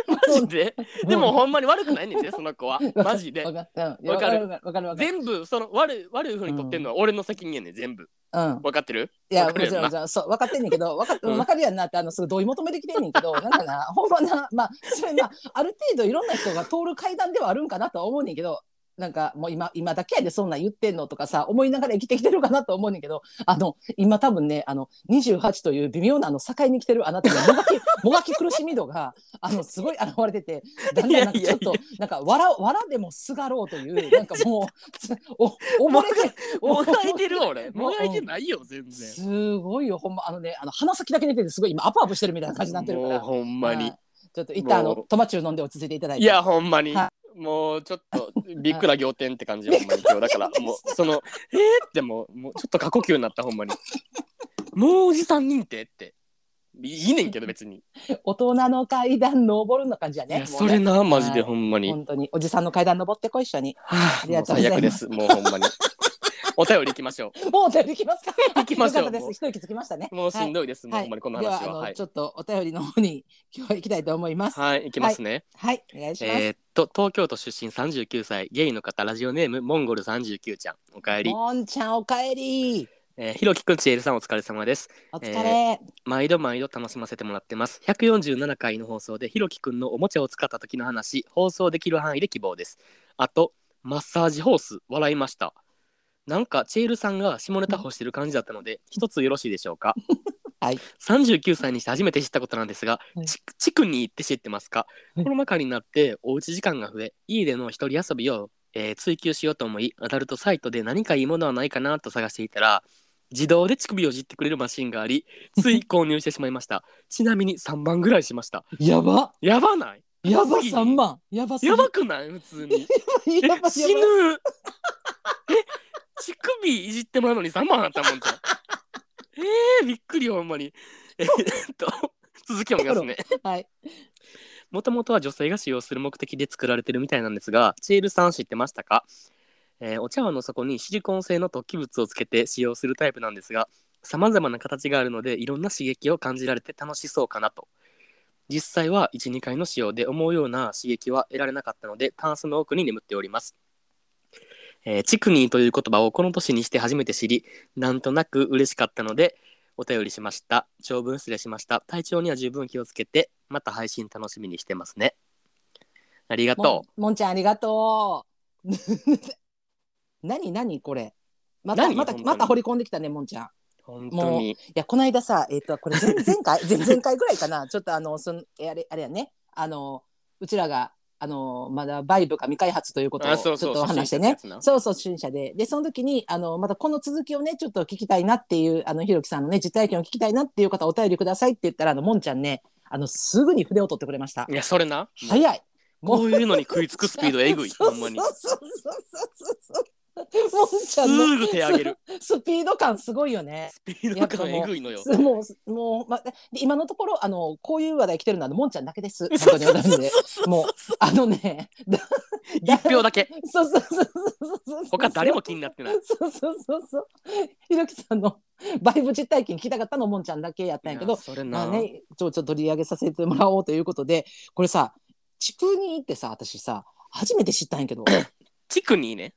Speaker 1: マジででもほんまに悪くないねんでその子はマジで
Speaker 2: わかわ
Speaker 1: わか
Speaker 2: か
Speaker 1: る
Speaker 2: るわかるわかる
Speaker 1: 全部その悪い悪い風に取ってんのは俺の責任やねん全部
Speaker 2: うん
Speaker 1: 分かってる
Speaker 2: いや
Speaker 1: わ
Speaker 2: も
Speaker 1: か
Speaker 2: ち
Speaker 1: るや
Speaker 2: ろ
Speaker 1: ん
Speaker 2: ん
Speaker 1: な
Speaker 2: もちろんそう分かってんねんけ ど分かっ
Speaker 1: うん
Speaker 2: 分かるやんなってあのすごい同意求めてきてんねん けどなんかなほんまなまあそれまあある程度いろんな人が通る階段ではあるんかなとは思うねんけどなんかもう今今だけやでそんなん言ってんのとかさ思いながら生きてきてるかなと思うねんけどあの今多分ねあの28という微妙なあの境に来てるあなたのもが きもがき苦しみ度があのすごい現れててだんだんなんかちょっと
Speaker 1: い
Speaker 2: なんかわらわらでもすがろうというなんかもうつ お溺れて
Speaker 1: もがいてる俺
Speaker 2: も
Speaker 1: も
Speaker 2: う
Speaker 1: がいてないよ全然
Speaker 2: すごいよ、ほんま、あのね、あの鼻先だけ出てて、すごい今アップアップしてるみたいな感じになってるか
Speaker 1: もう
Speaker 2: ら。
Speaker 1: ほんま
Speaker 2: は
Speaker 1: に
Speaker 2: いちょっと一旦、あ
Speaker 1: もう
Speaker 2: の、トマチュー飲んで落ち着いていただいて。
Speaker 1: いや、ほんまに
Speaker 2: は。
Speaker 1: もうちょっとびっくら仰天って感じよほんま に今日だからもうそのえー、ってもうもうちょっと過呼吸になったほんまにもうおじさん認定っていいねんけど別に、
Speaker 2: 大人の階段登るの感じや
Speaker 1: い
Speaker 2: ね。
Speaker 1: や
Speaker 2: もう
Speaker 1: そ
Speaker 2: ね
Speaker 1: れなマジで
Speaker 2: はい
Speaker 1: ほんまに、
Speaker 2: 本当に、おじさんの階段登ってこい、一緒に。
Speaker 1: はあ、
Speaker 2: り
Speaker 1: も
Speaker 2: が
Speaker 1: う
Speaker 2: とうござ
Speaker 1: 最悪
Speaker 2: います
Speaker 1: ですもうほん まにお便りいきましょ
Speaker 2: もう、じゃ、できますか。
Speaker 1: ういきましょう
Speaker 2: よかったで
Speaker 1: も
Speaker 2: す。一息つきましたね。
Speaker 1: うもうしんどいです、もう
Speaker 2: は
Speaker 1: ほ
Speaker 2: い
Speaker 1: んまにこの
Speaker 2: では
Speaker 1: 話
Speaker 2: あ
Speaker 1: は
Speaker 2: の、
Speaker 1: はい
Speaker 2: ちょっとお便りの方に、今日は行きたいと思います。はい、
Speaker 1: はいいきますね、
Speaker 2: お願いします。
Speaker 1: えーっと東京都出身39歳ゲイの方ラジオネームモンゴル39ちゃんおかえり、
Speaker 2: もんちゃん、おかえり。
Speaker 1: えーひろきくんちえるさんお疲れ様です
Speaker 2: お疲れ。
Speaker 1: 毎度毎度楽しませてもらってます147回の放送でひろきくんのおもちゃを使った時の話放送できる範囲で希望ですあとマッサージホース笑いましたなんかチェールさんが下ネタ干してる感じだったので一つよろしいでしょうか
Speaker 2: はい
Speaker 1: 39歳にして初めて知ったことなんですが、
Speaker 2: はい
Speaker 1: ち地区に行って知ってますか
Speaker 2: はい
Speaker 1: コロナ禍になっておうち時間が増え家での一人遊びを、えー追求しようと思いアダルトサイトで何かいいものはないかなと探していたら自動で乳首をじってくれるマシンがありつい購入してしまいましたちなみに3万ぐらいしました
Speaker 2: やば。
Speaker 1: やばない
Speaker 2: やば
Speaker 1: すぎる
Speaker 2: 三万。やばすぎ
Speaker 1: や
Speaker 2: る。
Speaker 1: ばくない普通に
Speaker 2: やば。やば
Speaker 1: え死ぬえ乳首いじってもらうのに3万あったもんじゃんえー、びっくりよほんまにえーっと続きを見ますね
Speaker 2: はい。
Speaker 1: もともとは女性が使用する目的で作られてるみたいなんですが、チエルさん知ってましたか、えーお茶碗の底にシリコン製の突起物をつけて使用するタイプなんですが、様々な形があるので、いろんな刺激を感じられて楽しそうかなと。実際は1、2回の使用で思うような刺激は得られなかったので、タンスの奥に眠っております。えーチクニーという言葉をこの年にして初めて知り、なんとなく嬉しかったので、お便りしました。長文失礼しました。体調には十分気をつけて、また配信楽しみにしてますね。ありがと
Speaker 2: もんもんちゃんありがとう。 何何これ。また
Speaker 1: 何
Speaker 2: また
Speaker 1: 本当に。
Speaker 2: また掘り込んできたねもんちゃん。いう
Speaker 1: 本当に。
Speaker 2: やこの間さえっ、とこれ前 前回前前回ぐらいかなちょっとあのそのえあれあれやねあのうちらがあのまだバイブが未開発ということを
Speaker 1: あ
Speaker 2: ち
Speaker 1: そ
Speaker 2: ょっ
Speaker 1: うそう
Speaker 2: とお話してね
Speaker 1: 初心者のやつな
Speaker 2: そうそう初心者ででその時にあのまたこの続きをねちょっと聞きたいなっていうあのひろきさんのね実体験を聞きたいなっていう方お便りくださいって言ったらあのもんちゃんねあのすぐに筆を取ってくれました
Speaker 1: いや、それな。もう
Speaker 2: 早いもう
Speaker 1: こういうのに食いつくスピードえぐい。
Speaker 2: そう
Speaker 1: ほんまに。
Speaker 2: そうそうそうそうそう。もんち
Speaker 1: す
Speaker 2: ゃんの
Speaker 1: ぐ手上げる。
Speaker 2: スピード感すごいよね。
Speaker 1: スピード感えぐいのよ。
Speaker 2: すもうもうまで今のところあのこういう話題来てるのはあのもんちゃんだけです。
Speaker 1: そ
Speaker 2: 本当
Speaker 1: うそう
Speaker 2: に私
Speaker 1: そう
Speaker 2: で
Speaker 1: そう
Speaker 2: もうあのね。だだ
Speaker 1: 一票だけ。
Speaker 2: そうそうそうそうそう。
Speaker 1: 他誰も気になってない。
Speaker 2: そうそうそうそう。ひろきさんのバイブ実体験聞きたかったのもんちゃんだけやったんやけ
Speaker 1: い
Speaker 2: ど
Speaker 1: や、それ
Speaker 2: まあ
Speaker 1: な。
Speaker 2: ね、ちょちょっと取り上げさせてもらおうということで、これさ、地区に行ってさ、私さ、初めて知ったんや けど、
Speaker 1: チクニーね。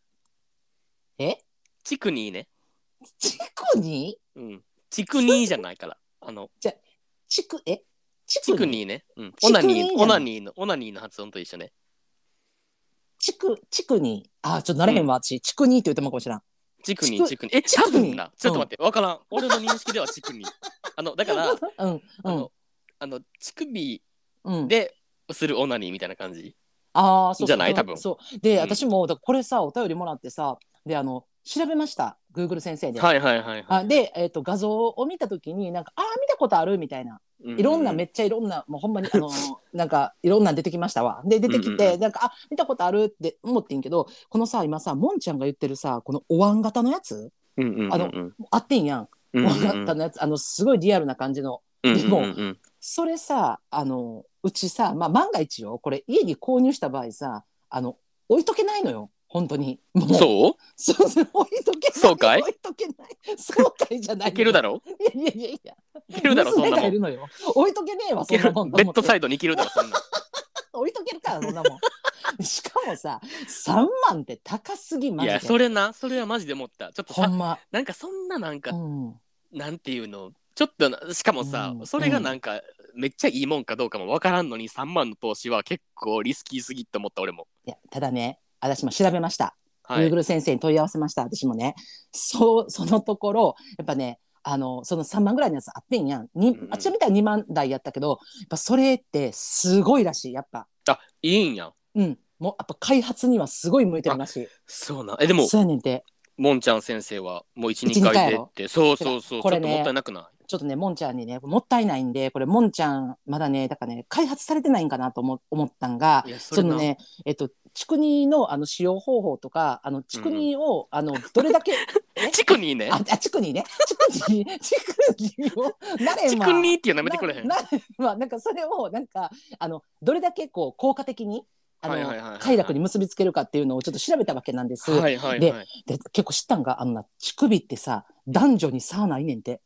Speaker 2: え
Speaker 1: チクニーね。
Speaker 2: 地区に
Speaker 1: うん。チクニーじゃないから。あの、
Speaker 2: 地区、え地
Speaker 1: チ
Speaker 2: 区
Speaker 1: ク
Speaker 2: に
Speaker 1: ニーね。うん。
Speaker 2: チ
Speaker 1: オナ
Speaker 2: クニーじ
Speaker 1: ニ
Speaker 2: ゃない
Speaker 1: ー、オナニーの、オナニーの発音と一緒ね。
Speaker 2: 地区、地区に、あー、ちょっとなれへんわ、私、地区にって言ってもかもしらん。
Speaker 1: チクニ
Speaker 2: チ
Speaker 1: ー
Speaker 2: ク
Speaker 1: チクニーえ
Speaker 2: チ
Speaker 1: 多
Speaker 2: クニー
Speaker 1: 分なちょっと待ってわからん俺の認識ではチクニーあのだから
Speaker 2: うんう
Speaker 1: あ
Speaker 2: ん
Speaker 1: のあの乳首
Speaker 2: うん、
Speaker 1: でするオナニーみたいな感じ
Speaker 2: ああそう
Speaker 1: じゃない
Speaker 2: そう
Speaker 1: 多分
Speaker 2: そうで、
Speaker 1: うん
Speaker 2: 私もだからこれさお便りもらってさであの調べました Google 先生で。
Speaker 1: はいはいはいは
Speaker 2: あで、えっと画像を見た時になんかああ見たことあるみたいないいろんなめ
Speaker 1: っ
Speaker 2: っちゃいろんなもうほんまに あのなんかいろんなん出てきましたわで出てき
Speaker 1: うんうん
Speaker 2: て
Speaker 1: う
Speaker 2: なんかあ見たことあるって思ってんけどこのさ今さもんちゃんが言ってるさこのお椀型のやつあのあってんやんお椀型のやつあのすごいリアルな感じのでもそれさあのうちさ、まあ、万が一よこれ家に購入した場合さあの置いとけないのよ本当にもう
Speaker 1: そ
Speaker 2: そうそう置いとけない
Speaker 1: そうかい
Speaker 2: 置いとけないそうかいじゃな
Speaker 1: う
Speaker 2: い
Speaker 1: いけるだ
Speaker 2: ろ
Speaker 1: ろ
Speaker 2: いやいやいやいや
Speaker 1: いけるだろそん
Speaker 2: 娘
Speaker 1: なも
Speaker 2: がい
Speaker 1: んい
Speaker 2: るのよ置いとけねえわそ
Speaker 1: け
Speaker 2: んな
Speaker 1: る
Speaker 2: もん
Speaker 1: ベッドサ
Speaker 2: イ
Speaker 1: イドにいけるだろそんな
Speaker 2: 置いとけるからそんなも んしかもさ3万って高すぎマ
Speaker 1: い
Speaker 2: ジで
Speaker 1: やそれなそれはマジで思ったちょっと
Speaker 2: ほ
Speaker 1: さ
Speaker 2: んま、
Speaker 1: なんかそんななんか
Speaker 2: うん、
Speaker 1: なんていうのちょっとなしかもさ、
Speaker 2: うん
Speaker 1: それがなんか、めっちゃいいもんかどうかもわからんのに3万の投資は結構リスキーすぎって思った俺も。
Speaker 2: いやただね私も調べました
Speaker 1: はい、
Speaker 2: Google 先生に問い合わせました私もねそうそのところやっぱねあのその3万ぐらいのやつあってんやんに、
Speaker 1: うんうん
Speaker 2: あっちみたいに2万台やったけどやっぱそれってすごいらしいやっぱ
Speaker 1: あいいんやん。
Speaker 2: うんもうやっぱ開発にはすごい向いてるらしい
Speaker 1: そうなんえでも
Speaker 2: そうやねんて
Speaker 1: もんちゃん先生はもう
Speaker 2: 一
Speaker 1: 12
Speaker 2: 二回
Speaker 1: 回
Speaker 2: や
Speaker 1: でっ
Speaker 2: ろ
Speaker 1: てそうそうそう
Speaker 2: こ
Speaker 1: ちょ
Speaker 2: れ
Speaker 1: っ
Speaker 2: ね
Speaker 1: ともったいなくな
Speaker 2: ちょっとねもんちゃんにねもったいないんでこれもんちゃんまだねだからね開発されてないんかなと思思ったんが
Speaker 1: いいやそ
Speaker 2: そ
Speaker 1: れな
Speaker 2: のねえっと竹乳のあの使用方法とかあの竹乳を、あのどれ だけ
Speaker 1: チクニーね
Speaker 2: ああ竹乳ね竹乳竹乳を誰
Speaker 1: チ
Speaker 2: も
Speaker 1: クニーっていうのやめてくれへん。
Speaker 2: ななまあなんかそれをなんかあのどれだけこう効果的にあの、
Speaker 1: はいはいはいはい
Speaker 2: 快楽に結びつけるかっていうのをちょっと調べたわけなんです。
Speaker 1: はいはいは
Speaker 2: で
Speaker 1: い。
Speaker 2: で結構知ったんがあのな乳首ってさ男女に差ないねんて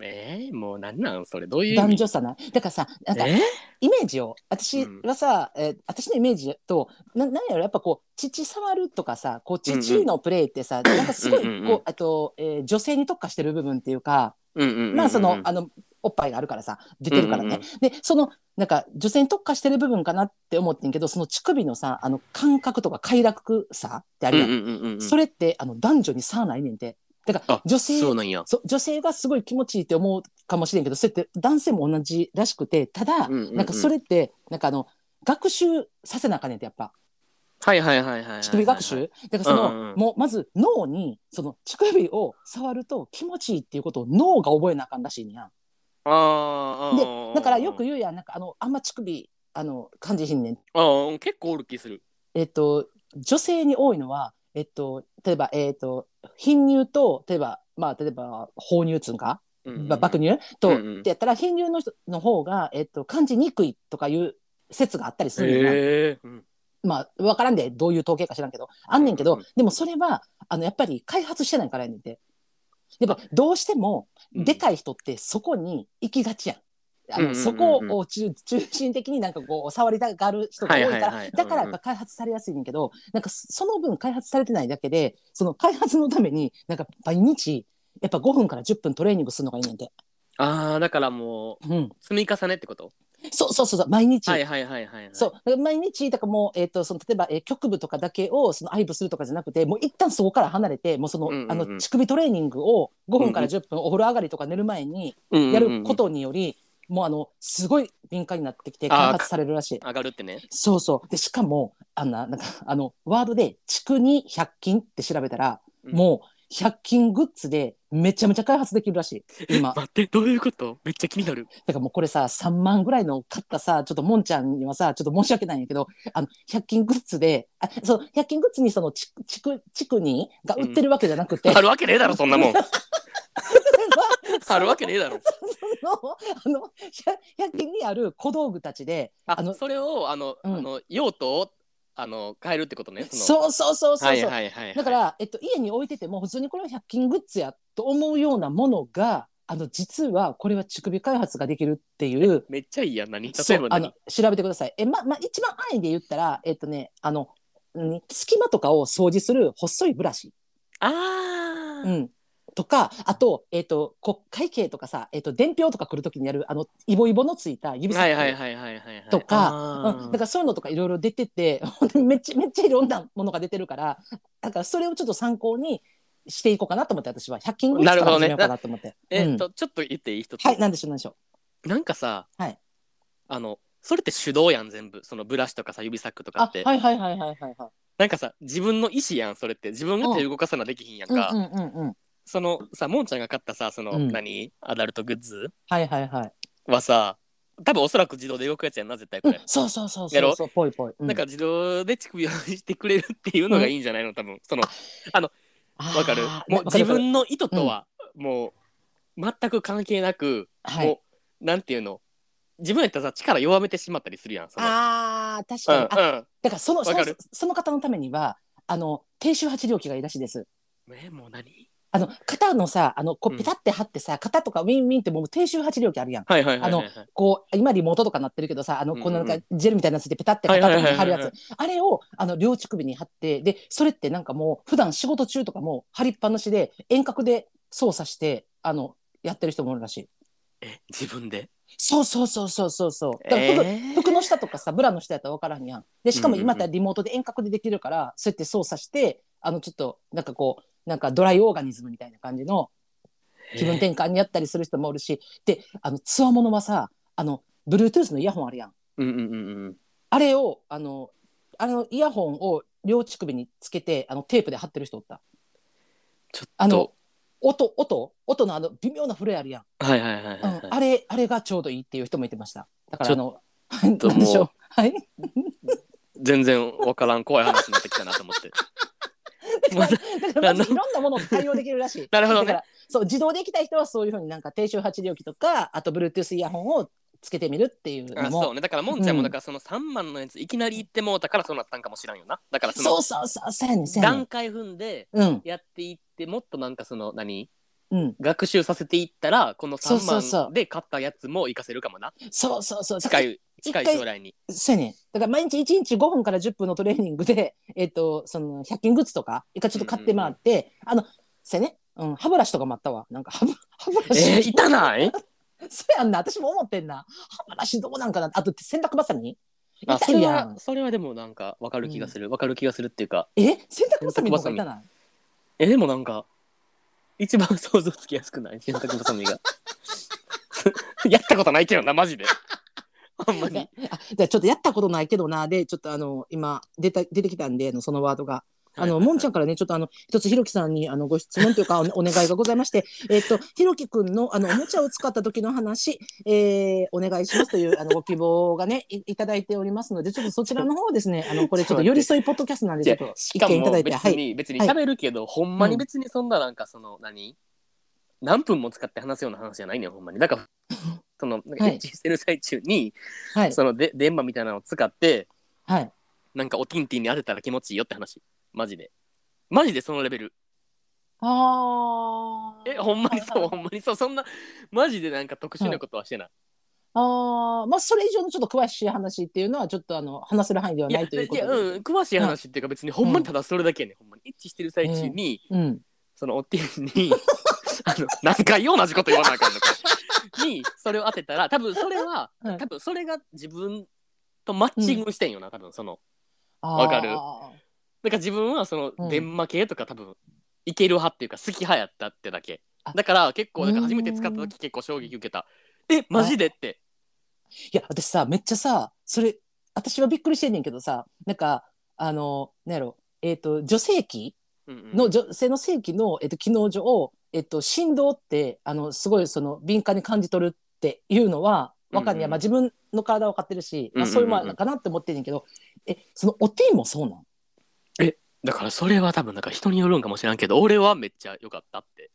Speaker 1: えー、もうなんなんそれどういう意
Speaker 2: 男
Speaker 1: 味
Speaker 2: 女差ないだからさなんか
Speaker 1: え
Speaker 2: イメージを私はさ、えー私のイメージとななんやろやっぱこう乳触るとかさこう乳のプレイってさ、なんかすごいこう、
Speaker 1: うんうんうん
Speaker 2: あと、えー女性に特化してる部分っていうか、
Speaker 1: うんうんうんうん
Speaker 2: まあそのあのおっぱいがあるからさ出てるからね、でそのなんか女性に特化してる部分かなって思ってんけどその乳首のさあの感覚とか快楽さってあ
Speaker 1: う
Speaker 2: る
Speaker 1: ん
Speaker 2: や、
Speaker 1: うんんうんうん
Speaker 2: それってあの男女に差ないねんてだから
Speaker 1: あ
Speaker 2: 女性
Speaker 1: そうなんや。
Speaker 2: そう女性がすごい気持ちいいって思うかもしれんけどそれって男性も同じらしくてただ、
Speaker 1: うんうんうん
Speaker 2: なんかそれってなんかあの学習させなあかんねんってやっぱ
Speaker 1: はいはいはいはいはいはい。
Speaker 2: 乳首学習、だからその、
Speaker 1: うんうん
Speaker 2: もうまず脳にその乳首を触ると気持ちいいっていうことを脳が覚えなあかんらしいねんや
Speaker 1: あーあー。
Speaker 2: でだからよく言うやんなんかあのあんま乳首あの感じひんねん
Speaker 1: あー結構おる気する。
Speaker 2: えっと女性に多いのはえっと例えばえっと貧乳と例えばまあ例えば放乳っつうんか
Speaker 1: うんうん
Speaker 2: ば爆乳と、
Speaker 1: うんうん
Speaker 2: ってやったら貧乳の人の方が、えっと、感じにくいとかいう説があったりするんやな
Speaker 1: へえ。うん
Speaker 2: まあ分からんでどういう統計か知らんけどあんねんけ
Speaker 1: う
Speaker 2: ど、
Speaker 1: んうん
Speaker 2: でもそれはあのやっぱり開発してないからやねんてやっぱどうしても
Speaker 1: うん
Speaker 2: でかい人ってそこに行きがちやん。あ
Speaker 1: うんうんうんう
Speaker 2: の
Speaker 1: ん
Speaker 2: そこを中中心的になんかこう触りたがる人が多いから、
Speaker 1: はいはいはい
Speaker 2: だからやっぱ開発されやすいねんけど、なんかその分開発されてないだけでその開発のためになんか毎日やっぱ5分から10分トレーニングするのがいいねんて、
Speaker 1: ああだからも
Speaker 2: うん、
Speaker 1: う積み重ねってこと
Speaker 2: そうそうそうそう毎日、
Speaker 1: はいはいはいはいはい
Speaker 2: そうだから毎日だからもう、えー、とその例えば、えー局部とかだけをその愛撫するとかじゃなくてもう一旦そこから離れてもうその,、
Speaker 1: うんうんうん
Speaker 2: あの乳首トレーニングを5分から
Speaker 1: うん
Speaker 2: 10分、お風呂上がりとか寝る前に
Speaker 1: うん
Speaker 2: やることにより、もうあのすごい敏感になってきて
Speaker 1: あー
Speaker 2: 開発されるらしい。
Speaker 1: 上がるってね
Speaker 2: そうそうでしかもあんななんかあのワードで「地区に100均」って調べたら、
Speaker 1: うん
Speaker 2: もう100均グッズでめちゃめちゃ開発できるらしい今。
Speaker 1: 待ってどういうことめっちゃ気になる
Speaker 2: だからもうこれさ3万ぐらいの買ったさちょっともんちゃんにはさちょっと申し訳ないんやけどあの100均グッズであそう100均グッズにそのちちくちくにが売ってるわけじゃなくて、
Speaker 1: あるわけねえだろそんなもんあるわけねえだろ
Speaker 2: そのあの 100, 均にある小道具たちであ
Speaker 1: あ
Speaker 2: の
Speaker 1: それをあの,、
Speaker 2: うん
Speaker 1: あの用途をあの変えるってことねの
Speaker 2: そうそうそうそうそう、
Speaker 1: はいはいはいはい
Speaker 2: だから、えっと、家に置いてても普通にこれは100均グッズやと思うようなものがあの実はこれは乳首開発ができるっていう
Speaker 1: めっちゃいいやん何
Speaker 2: そ
Speaker 1: 例え
Speaker 2: う
Speaker 1: ば
Speaker 2: あ
Speaker 1: 何
Speaker 2: の調べてください。えまま一番安易で言ったらえっとねあの何隙間とかを掃除する細いブラシ、
Speaker 1: あ
Speaker 2: う
Speaker 1: ー
Speaker 2: ん、とかあと,、えっとこう会計とかさ、えっと伝票とか来る時にやるあのイボイボのついた指
Speaker 1: はいはい
Speaker 2: 先
Speaker 1: はいはいはいはい
Speaker 2: とか、
Speaker 1: あー
Speaker 2: うん、だからそういうのとかいろいろ出ててめっちゃめっちゃいろんなものが出てるからだからそれをちょっと参考にしていこうかなと思って私は100均グッズから始めようかなと思って、
Speaker 1: え
Speaker 2: うん
Speaker 1: っと、ちょっと言っていい一つ、
Speaker 2: はい何でしょう何でしょ
Speaker 1: なんかさ、
Speaker 2: はい
Speaker 1: あのそれって手動やん全部そのブラシとかさ指サックと
Speaker 2: う
Speaker 1: か
Speaker 2: あ
Speaker 1: って、
Speaker 2: はいはいはいはいはいは
Speaker 1: なんかさ自分の意思やんそれって自分が手動かさなできひんやん
Speaker 2: い
Speaker 1: か、
Speaker 2: うんうんうんうん
Speaker 1: そのさもんちゃんが買ったさその、
Speaker 2: うん
Speaker 1: 何アダルトグッズ
Speaker 2: はいはいはい
Speaker 1: はさ多分おそらく自動で動くやつやんな絶対こ
Speaker 2: う
Speaker 1: れ
Speaker 2: ん、そうそうそう
Speaker 1: や
Speaker 2: そ
Speaker 1: ろ
Speaker 2: うそうぽいぽい、う
Speaker 1: なんか自動で乳首をしてくれるっていうのがいいんじゃないの多分そのわかる
Speaker 2: あー
Speaker 1: もう
Speaker 2: わ
Speaker 1: 自
Speaker 2: かるわかる
Speaker 1: 分の意図とはもう全く関係なく、
Speaker 2: はい
Speaker 1: もうなんていうの自分やったらさ力弱めてしまったりするやんその
Speaker 2: あー確
Speaker 1: う
Speaker 2: か
Speaker 1: ん
Speaker 2: に、
Speaker 1: う
Speaker 2: あ
Speaker 1: ん
Speaker 2: だからそのそ
Speaker 1: わ
Speaker 2: の
Speaker 1: かる
Speaker 2: その方のためにはあの低周波治療器がいいらしいです
Speaker 1: えもう何
Speaker 2: あの肩のさあのこ
Speaker 1: う
Speaker 2: うんピタって張ってさ、肩とかウィンウィンってもう低周波治療器あるやん
Speaker 1: はいはいはいはい、
Speaker 2: あ
Speaker 1: はい
Speaker 2: の、こう今リモートとかなってるけどさあのこうなん
Speaker 1: う
Speaker 2: か
Speaker 1: ん
Speaker 2: ジェルみたいなやつでペタって
Speaker 1: は
Speaker 2: 肩
Speaker 1: い
Speaker 2: と
Speaker 1: はい
Speaker 2: か
Speaker 1: はいはい
Speaker 2: に貼るやつあれをあの両乳首に貼ってでそれってなんかもう普段仕事中とかも貼りっぱなしで遠隔で操作してあのやってる人もいるらしい
Speaker 1: え自分で
Speaker 2: そうそうそうそうそうそうだから服,、
Speaker 1: えー
Speaker 2: 服の下とかさブラの下やったら分からんやんでしかも
Speaker 1: うんうんうん
Speaker 2: 今やったらリモートで遠隔でできるから、そうやって操作してあのちょっとなんかこうなんかドライオーガニズムみたいな感じの気分
Speaker 1: えー
Speaker 2: 転換にやったりする人もおるし、であのつわものはさあの Bluetooth のイヤホンあるやん
Speaker 1: うんうんうんうん
Speaker 2: あれをあのあのイヤホンを両乳首につけてあのテープで貼ってる人おった
Speaker 1: ちょっと
Speaker 2: あの音音音のあの微妙な震えあるやん、
Speaker 1: はいはいはいはい、
Speaker 2: うん
Speaker 1: はい
Speaker 2: あれあれがちょうどいいっていう人もいてましただからあの
Speaker 1: と
Speaker 2: 何でしょうはい
Speaker 1: 全然わからん怖い話になってきたなと思 って。まだ
Speaker 2: だからまずいろんなものに対応できるらしい
Speaker 1: なるほどね
Speaker 2: だからそう自動で行きたい人はそういうふうになんか低周波治療器とかあと Bluetooth イヤホンをつけてみるっていうの
Speaker 1: あ
Speaker 2: も
Speaker 1: そうねだからもんちゃん
Speaker 2: う
Speaker 1: も
Speaker 2: ん
Speaker 1: だからその3万のやついきなり行ってもうたからそうなったんかもしらんよなだからそ
Speaker 2: そ
Speaker 1: の
Speaker 2: うそうそうそうやねんそうやねん
Speaker 1: 段階踏んで
Speaker 2: うん
Speaker 1: やっていってもっとなんかその何
Speaker 2: うん
Speaker 1: 学習させていったらこの
Speaker 2: そうそう
Speaker 1: 3
Speaker 2: そう
Speaker 1: 万で買ったやつも活かせるかもな
Speaker 2: そうそうそう
Speaker 1: 近い近い
Speaker 2: 一回
Speaker 1: 将来に
Speaker 2: そうやねんだから毎日1日5分から10分のトレーニングで、 えっとその100均グッズとか一回ちょっと買って回って、あのそうやね、うん、歯ブラシとかもあったわなんか歯ブ 歯ブラシ、
Speaker 1: えー、いた ない
Speaker 2: そうやんな私も思ってんな歯ブラシどうなんかなあと洗濯ばさみ
Speaker 1: あ
Speaker 2: 痛
Speaker 1: それ
Speaker 2: いや
Speaker 1: は
Speaker 2: ん
Speaker 1: それはでもなんかわかる気がするわかる気がするっていうか
Speaker 2: え洗濯ばさみの方が痛ない
Speaker 1: えでもなんか一番想像つきやすくない洗濯ばさみが やったことないけどなマジで ほんまに
Speaker 2: あじゃあちょっとやったことないけどなでちょっとあの今出た出てきたんであのそのワードが。あの、もんちゃんからね、ちょっとあの、一つひろきさんに、あの、ご質問というか、おお願いがございまして、えっと、ひろきくんの、あの、おもちゃを使った時の話、えー、お願いしますという、あの、ご希望がね、いいただいておりますので、ちょっとそちらの方をですね、あの、これちょっと寄り添いポッドキャストなんで、
Speaker 1: い
Speaker 2: ちょ
Speaker 1: や
Speaker 2: っと
Speaker 1: し
Speaker 2: 意
Speaker 1: か
Speaker 2: 見いた
Speaker 1: も
Speaker 2: だい
Speaker 1: 別
Speaker 2: て、
Speaker 1: に、
Speaker 2: はい。
Speaker 1: 別に喋るけど、ほんまに別にそんななんかその何、何分も使って話すような話じゃないねんほんまに だからそのなんか
Speaker 2: はい
Speaker 1: エッチしてる最中に、
Speaker 2: はい。
Speaker 1: そので電波みたいなのを使って
Speaker 2: はい。
Speaker 1: なんかおティンティンに当てたら気持ちいいよって話マジでマジでそのレベル
Speaker 2: あー。
Speaker 1: えほんまに
Speaker 2: はい
Speaker 1: そ
Speaker 2: は
Speaker 1: う
Speaker 2: い
Speaker 1: ほんまにそうそんなマジでなんか特殊なことはしてない、
Speaker 2: あーまあ、それ以上のちょっと詳しい話っていうのは、ちょっとあの、話せる範囲ではいな
Speaker 1: や
Speaker 2: いということ
Speaker 1: いやうん
Speaker 2: で。
Speaker 1: 詳しい話っていうか別にほんまにただそれだけやねんほんまにエッチしてる最中に、
Speaker 2: うん。
Speaker 1: そのおってんに あの何回同じこと言わなあかんのかにそれを当てたら多分それは、
Speaker 2: はい
Speaker 1: 多分それが自分とマッチングしてんよな多分その
Speaker 2: わ
Speaker 1: かるだから自分はその電話系とか多分いける派っていうか好き派やったってだけ
Speaker 2: あ
Speaker 1: だから結構だから初めて使った時結構衝撃受けたえマジでって
Speaker 2: いや私さめっちゃさそれ私はびっくりしてんねんけどさなんかあのなんやろえっ、と女性器
Speaker 1: うんうん
Speaker 2: の女性の性器の、えっと機能上を、えっと振動ってあのすごいその敏感に感じ取るっていうのはわかんね
Speaker 1: うんう
Speaker 2: や、
Speaker 1: ん
Speaker 2: まあ、自分の体は分かってるし、まあ、
Speaker 1: うんうんうん
Speaker 2: そういうもんかなって思ってんねんけど、えそのお手もそうなん
Speaker 1: だからそれは多分なんか人によるんかもしれんけど俺はめっちゃ良かったって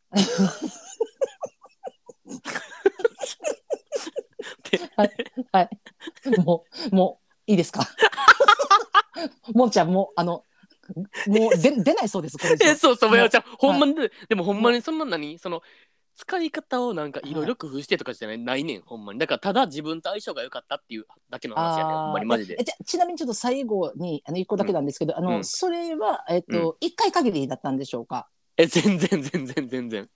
Speaker 2: もうもういいですか もんちゃんもうあのもう出出ないそうですこれ以上
Speaker 1: えそうそう、まやちゃん、ほんまに、でもほんまにそんな何その使い方をなんかいろいろ工夫してとかじゃない,、ないねん、ほんまに。だからただ自分と相性が良かったっていうだけの話やねん、
Speaker 2: あー
Speaker 1: ほんまにマジで
Speaker 2: え。じゃあちなみにちょっと最後にあの一個だけなんですけど、あの、
Speaker 1: うん
Speaker 2: それはえっ、と一、回限りだったんでしょうか。
Speaker 1: え、全然全然全然。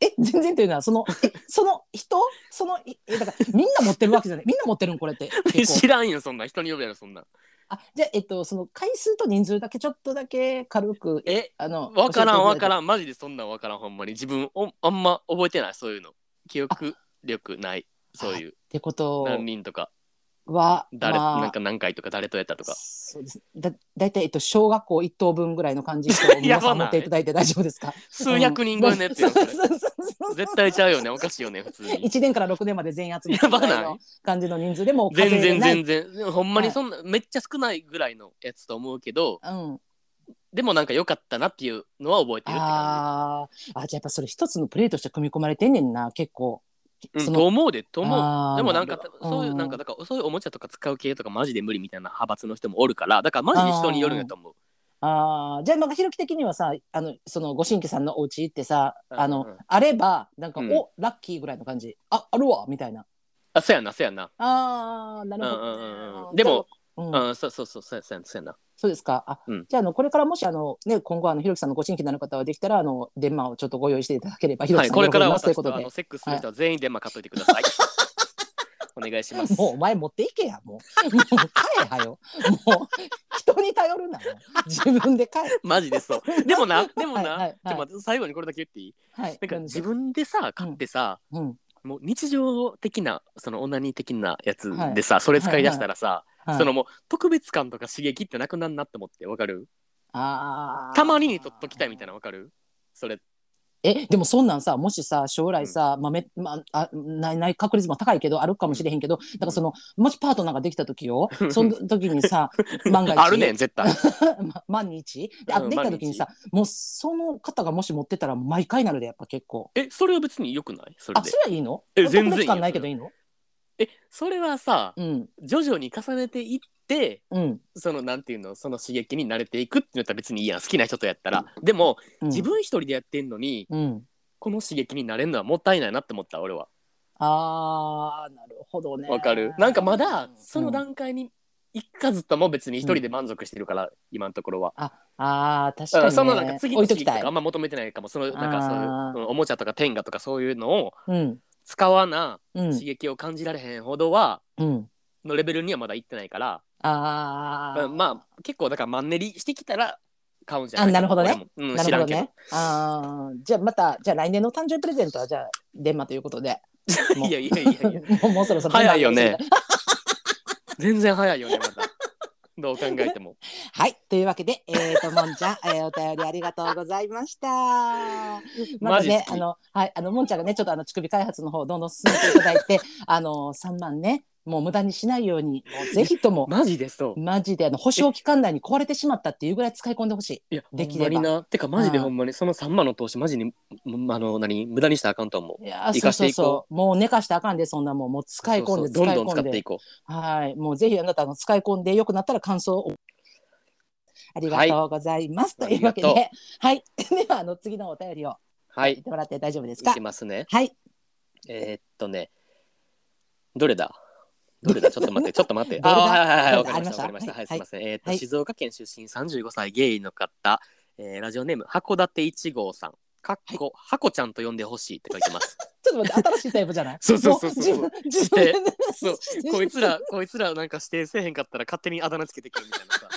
Speaker 2: え全然というのはそのえその人 そのいえだからみんな持ってるわけじゃないみんな持ってるんこれって結構
Speaker 1: 知らんよ、そんな。人に呼ぶやろ、そんな。
Speaker 2: あじゃあえっとその回数と人数だけちょっとだけ軽く
Speaker 1: え
Speaker 2: あの
Speaker 1: わからんわからら
Speaker 2: ん
Speaker 1: んマジでそんなんわからんほんまに自分おあんま覚えてないそういうの記憶力ないそういう
Speaker 2: ってこと
Speaker 1: 何人とか
Speaker 2: は
Speaker 1: 誰、
Speaker 2: まあ
Speaker 1: なんか何回とか誰とやったとか
Speaker 2: そうですだ大体えっと小学校一等分ぐらいの感じを皆 さ
Speaker 1: やば
Speaker 2: ん
Speaker 1: ない
Speaker 2: 持っていただいて大丈夫ですか
Speaker 1: 数百人分のやつやん
Speaker 2: そ
Speaker 1: そうれ
Speaker 2: そうそうそう
Speaker 1: 絶対ちゃうよねおかしいよね普通 に
Speaker 2: 1年から6年まで全員集めて
Speaker 1: やばない
Speaker 2: ぐらの感じの人数でもう数え
Speaker 1: 全
Speaker 2: れ
Speaker 1: 然
Speaker 2: ない
Speaker 1: 全然でもほんま
Speaker 2: は
Speaker 1: に
Speaker 2: い
Speaker 1: そんな、めっちゃ少ないぐらいのやつと思うけど
Speaker 2: うん、
Speaker 1: でもなんか良かったなっていうのは覚えてるって感
Speaker 2: あーあじゃあやっぱそれ一つのプレーとして組み込まれてんねんな結構。
Speaker 1: じ、う
Speaker 2: そ
Speaker 1: ん、
Speaker 2: の
Speaker 1: と思うでと思う
Speaker 2: あー
Speaker 1: でもなんか
Speaker 2: るほど
Speaker 1: そういうなんかだからそういうおもちゃとか使う系とかマジで無理みたいな派閥の人もおるからだからマジで人によるんやと思う。
Speaker 2: あーじゃあなんかひろき的にはさあのそのご新規さんのお家行ってさ
Speaker 1: うん
Speaker 2: あの、
Speaker 1: うん
Speaker 2: あればなんか、
Speaker 1: うん
Speaker 2: おラッキーぐらいの感じああるわみたいな
Speaker 1: あそうやなそうやな。
Speaker 2: あーなるほどね、
Speaker 1: うんうんうんうんで
Speaker 2: じゃあ
Speaker 1: も
Speaker 2: うん
Speaker 1: うんそうそうそうそうやそうやそうやな。
Speaker 2: そうですか。あ、
Speaker 1: うん
Speaker 2: じゃあ、あの、これからもし、あの、ね、今後、あの、ひろきさんのご新規になる方はできたら、あの、デンマをちょっとご用意していただければ、ひろ
Speaker 1: は
Speaker 2: き
Speaker 1: い
Speaker 2: さん
Speaker 1: これから
Speaker 2: 喜び
Speaker 1: は
Speaker 2: ますという
Speaker 1: 私
Speaker 2: こと
Speaker 1: とあ
Speaker 2: で
Speaker 1: の。セックスする人は全員デンマ買っといてください。お願いします。
Speaker 2: もう、お前持っていけや、もう。もう、帰はよ。もう、人に頼るなよ。自分で帰る。
Speaker 1: マジでそう。でもなでもな、
Speaker 2: はいはい
Speaker 1: ちょっと待って最後にこれだけ言っていい
Speaker 2: はい。
Speaker 1: なんか自
Speaker 2: 分。
Speaker 1: 分でさ買ってさ、
Speaker 2: うん。
Speaker 1: もう日常的なそのオナニー的なやつでさ、それ使い出したらさ、
Speaker 2: はい
Speaker 1: その。もう特別感とか刺激ってなくなんなって思ってわかる
Speaker 2: ああ。
Speaker 1: たまにに取っときたいみたいなわかるそれ
Speaker 2: えでもそんなんさもしさ将来さ、まあめまあ、あないない確率も高いけどあるかもしれへんけどだからそのもしパートナーができた 時よその時にさ万が一
Speaker 1: あるねん絶 対
Speaker 2: ま万日で
Speaker 1: う
Speaker 2: あ
Speaker 1: ん
Speaker 2: できた時にさ、もうその方がもし持ってたら毎回なるでやっぱ結構
Speaker 1: えそれは別に良くないそれ
Speaker 2: あ
Speaker 1: で
Speaker 2: それはいいの
Speaker 1: え全然いいよ
Speaker 2: 特別感ないけどいいの
Speaker 1: えそれはさ
Speaker 2: うん
Speaker 1: 徐々に重ねていって
Speaker 2: うん、
Speaker 1: そのなんていうのその刺激に慣れていくって言ったら別にいいやん好きな人とやったらでも
Speaker 2: うん、
Speaker 1: 自分一人でやってんのに
Speaker 2: うん
Speaker 1: この刺激になれるのはもったいないなって思った俺は
Speaker 2: あーなるほどね
Speaker 1: わかるなんかまだその
Speaker 2: うん
Speaker 1: 段階に行かずとも別に一人で満足してるから、今のところは
Speaker 2: あー確
Speaker 1: だから
Speaker 2: かに、ね、
Speaker 1: そのなんか次の
Speaker 2: 置いと
Speaker 1: 刺激
Speaker 2: き
Speaker 1: と
Speaker 2: たい
Speaker 1: かあんま求めてないかもそのなんかそういう
Speaker 2: あー
Speaker 1: そのおもちゃとか天下とかそういうのを
Speaker 2: うん
Speaker 1: 使わな
Speaker 2: うん
Speaker 1: 刺激を感じられへんほどは
Speaker 2: うん
Speaker 1: のレベルにはまだ行ってないから、
Speaker 2: あー
Speaker 1: うんまあ結構だからマンネリしてきたら買うんじゃ
Speaker 2: あ
Speaker 1: ない
Speaker 2: なるほどね
Speaker 1: 俺もうん、
Speaker 2: な
Speaker 1: 知ら
Speaker 2: るほど
Speaker 1: んけど
Speaker 2: ね。ああ、じゃあまた、じゃあ来年の誕生日プレゼントは、じゃあ、デンマということで。もう
Speaker 1: いやいやいやいや
Speaker 2: もうもうそろそろ。
Speaker 1: 早いよね。全然早いよねまたどう考え ても
Speaker 2: はい、というわけで、えー、と、もん ちゃん、えー、お便りありがとうございました。ま
Speaker 1: マ
Speaker 2: だ
Speaker 1: ジ好
Speaker 2: ね、
Speaker 1: き
Speaker 2: あの、はい、あの、もんちゃんがね、ちょっとあの、乳首開発の方、どんどん進めていただいて、 あの、3万ね、もう無駄にしないように、もうぜひと も、
Speaker 1: マジでそう
Speaker 2: マジで、あの、保証期間内に壊れてしまったっていうぐらい使い込んでほしい。
Speaker 1: いや
Speaker 2: でき
Speaker 1: ほん
Speaker 2: れば
Speaker 1: まになてかマジで
Speaker 2: うん
Speaker 1: ほんまにその3万の投資マジにうんあの何無駄にしたらあかんと思う
Speaker 2: いや
Speaker 1: 生
Speaker 2: ーそう
Speaker 1: かし
Speaker 2: そ
Speaker 1: て
Speaker 2: う
Speaker 1: いこう
Speaker 2: そうもう寝かしてあかんでそんなもんもう使い込んで
Speaker 1: そうそうどんどん
Speaker 2: 使
Speaker 1: 使
Speaker 2: い込ん
Speaker 1: っ
Speaker 2: で
Speaker 1: ていこ
Speaker 2: はい、もうぜひあなたの使い込んで良くなったら感想を。ありがとうございます。
Speaker 1: はい
Speaker 2: というわけ
Speaker 1: ありが
Speaker 2: で、はい、 ではあの次のお便りを
Speaker 1: うは
Speaker 2: 言
Speaker 1: い
Speaker 2: ってもらって大丈夫です
Speaker 1: い
Speaker 2: か
Speaker 1: き。ますね
Speaker 2: はい、
Speaker 1: えーっとね、どれだどれだちょっと 待って、ちょっと待って。
Speaker 2: どれ
Speaker 1: あ
Speaker 2: だ
Speaker 1: はいはいはい、
Speaker 2: ど
Speaker 1: わ
Speaker 2: れだ
Speaker 1: かりました、わかりました
Speaker 2: ありまし
Speaker 1: た。はい、すいません。えーっ
Speaker 2: は
Speaker 1: と、
Speaker 2: い
Speaker 1: 静岡県出身35歳ゲイの方、えーラジオネーム、函館一号さん。かっこ、ハコちゃんと呼んでほしいって書いて ます。。
Speaker 2: ちょっと待って、新しいタイプじゃない
Speaker 1: そうそうそうそう
Speaker 2: も自分自分で
Speaker 1: そうこいつら、こいつらなんか指定せえへんかったら勝手にあだ名つけてくるみたいなさ。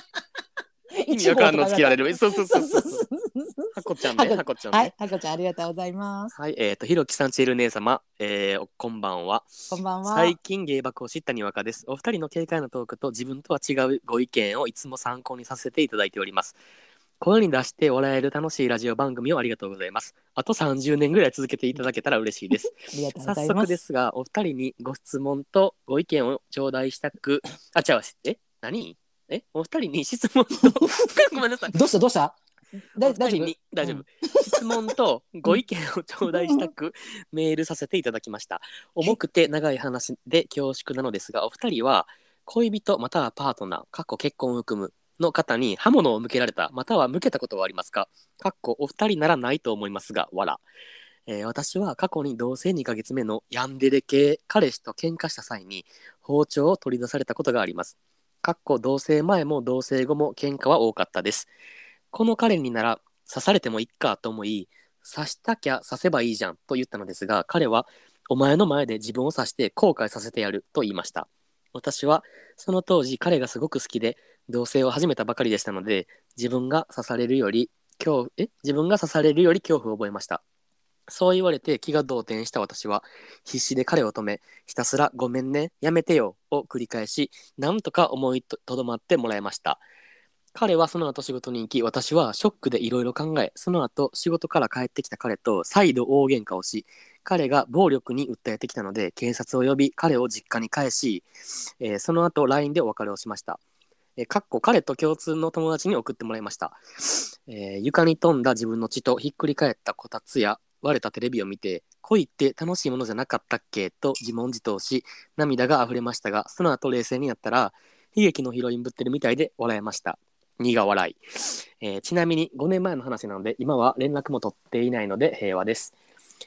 Speaker 1: 意味わからんのつけられる。そうそうそうそうそう。ハコちゃんね、ハコちゃんね。
Speaker 2: は
Speaker 1: はいい、
Speaker 2: はこちゃんありがとうございます。
Speaker 1: えーっと、ひろきさん、ちえる姉様、えー、おこんばんは。
Speaker 2: こんばんは。
Speaker 1: 最近芸爆を知ったにわかですお二人の軽快なトークと自分とは違うご意見をいつも参考にさせていただいております声に出して笑える楽しいラジオ番組をありがとうございますあと30年ぐらい続けていただけたら嬉しいです
Speaker 2: ありがとうご
Speaker 1: 早
Speaker 2: ざいま
Speaker 1: 速
Speaker 2: す。
Speaker 1: ですがお二人にご質問とご意見を頂戴したくあ違うえ何えお二人に質問と ごめんなさい
Speaker 2: どうしたどうした？
Speaker 1: お
Speaker 2: だ
Speaker 1: 二
Speaker 2: 大丈
Speaker 1: 人
Speaker 2: 夫
Speaker 1: に。大丈夫、質問とご意見を頂戴したくメールさせていただきました重くて長い話で恐縮なのですがお二人は恋人またはパートナーかっこ結婚を含むの方に刃物を向けられたまたは向けたことはありますかかっこお二人ならないと思いますがわら、えー私は過去に同棲2ヶ月目のヤンデレ系彼氏と喧嘩した際に包丁を取り出されたことがありますかっこ同棲前も同棲後も喧嘩は多かったですこの彼になら刺されてもいっかと思い刺したきゃ刺せばいいじゃんと言ったのですが彼はお前の前で自分を刺して後悔させてやると言いました私はその当時彼がすごく好きで同棲を始めたばかりでしたので自分が刺されるより恐怖え自分が刺されるより恐怖を覚えましたそう言われて気が動転した私は必死で彼を止めひたすら「ごめんねやめてよ」を繰り返しなんとか思いととどまってもらいました彼はその後仕事に行き私はショックでいろいろ考えその後仕事から帰ってきた彼と再度大喧嘩をし彼が暴力に訴えてきたので警察を呼び彼を実家に返し、えーその後 LINE でお別れをしました、えーかっこ彼と共通の友達に送ってもらいました、えー床に飛んだ自分の血とひっくり返ったこたつや割れたテレビを見て恋って楽しいものじゃなかったっけと自問自答し涙が溢れましたがその後冷静になったら悲劇のヒロインぶってるみたいで笑えました苦笑い、えーちなみに5年前の話なので今は連絡も取っていないので平和です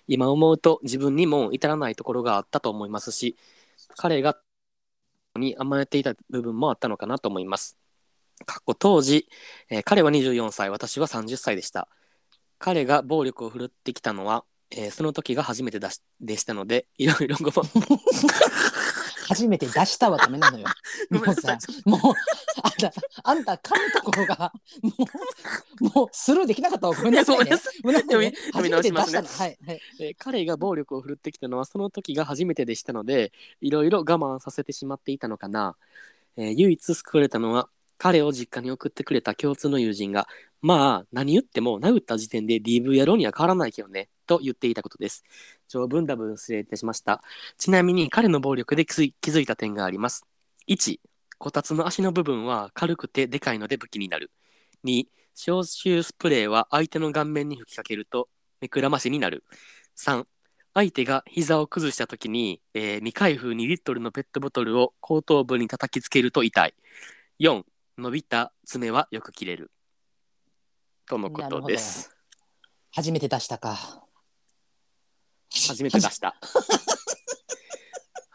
Speaker 1: 今思うと自分にも至らないところがあったと思いますし彼がに甘えていた部分もあったのかなと思います過去当時、えー彼は24歳私は30歳でした彼が暴力を振るってきたのは、えーその時が初めてだしでしたのでいろいろごも
Speaker 2: 初めて出したはダメなのよ。
Speaker 1: ご
Speaker 2: も
Speaker 1: めんな
Speaker 2: う
Speaker 1: さい
Speaker 2: さ、もう、あんた、あんた噛むところが、もう、もうスルーできなかったわ。ごめんなさい、
Speaker 1: い
Speaker 2: ね
Speaker 1: やごめんなさ。
Speaker 2: ごめんな
Speaker 1: 読み直し
Speaker 2: さいね初め
Speaker 1: て
Speaker 2: 出
Speaker 1: ます
Speaker 2: し
Speaker 1: ね
Speaker 2: たの。はい、はい。
Speaker 1: えー彼が暴力を振るってきたのはその時が初めてでしたのでいろいろ我慢させてしまっていたのかな、えー唯一救われたのは彼を実家に送ってくれた共通の友人がまあ何言っても殴った時点で DV やろうには変わらないけどねと言っていたことです長文多分失礼いたしましたちなみに彼の暴力で気づい気づいた点があります1こたつの足の部分は軽くてでかいので武器になる2消臭スプレーは相手の顔面に吹きかけると目くらましになる3相手が膝を崩した時に、えー未開封2リットルのペットボトルを後頭部に叩きつけると痛い4伸びた爪はよく切れるとのことです
Speaker 2: 初めて出したか。
Speaker 1: 初めて出した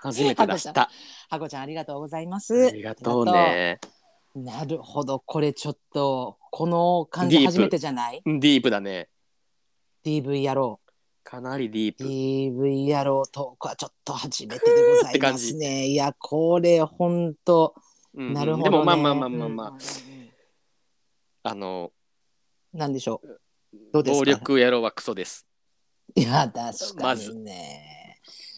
Speaker 1: 初めて出した
Speaker 2: はこちゃん、ありがとうございま
Speaker 1: あ
Speaker 2: す。
Speaker 1: りがとうね
Speaker 2: なるほど、これちょっと、この感じ
Speaker 1: ディープ
Speaker 2: 初めてじゃない
Speaker 1: ディープだね
Speaker 2: ?DV 野郎。
Speaker 1: かなりディープ
Speaker 2: DV 野郎トークはちょっと初めてでございますね。いや、これほんと、
Speaker 1: うんうん
Speaker 2: なるほど、ね。
Speaker 1: でもまあまあまあまあまあ、
Speaker 2: うんうんうん
Speaker 1: あの
Speaker 2: なんでしょう。どうですか
Speaker 1: 暴力野郎はクソです、
Speaker 2: いや、確か
Speaker 1: まず
Speaker 2: にね。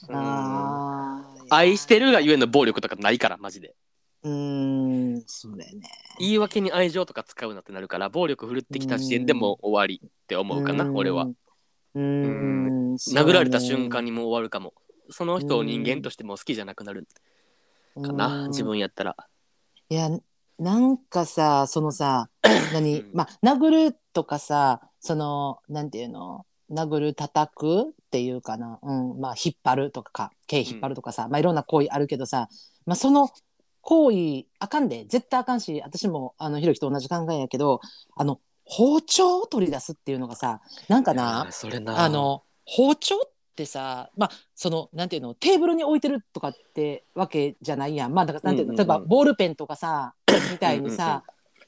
Speaker 1: うん
Speaker 2: あー
Speaker 1: 愛してるがゆえの暴力とかないからマジで
Speaker 2: うーん、それね。
Speaker 1: 言い訳に愛情とか使うなってなるから暴力振るってきた時点でもう終わりって思うかな
Speaker 2: ーん
Speaker 1: 俺は。
Speaker 2: うーん。
Speaker 1: 殴られた瞬間
Speaker 2: に
Speaker 1: にもう終わるかもその人を人間としてもう好きじゃなくなるかな自。分やったら
Speaker 2: いやなんかさそ のさ何
Speaker 1: うん
Speaker 2: まあ殴るとかさそのなんていうの殴る叩くっていうかな、うんまあ、引っ張るとかか毛引っ張るとかさ、まあ、いろんな行為あるけどさ、まあ、その行為あかんで絶対あかんし私もあのひろきと同じ考えやけどあの包丁を取り出すっていうのがさなんか
Speaker 1: い
Speaker 2: な
Speaker 1: やそれな
Speaker 2: あの包丁ってさまあそのなんていうのテーブルに置いてるとかってわけじゃないやんまあだからなんていう
Speaker 1: う
Speaker 2: の、
Speaker 1: んうんうん
Speaker 2: 例えばボールペンと かさみたいにさ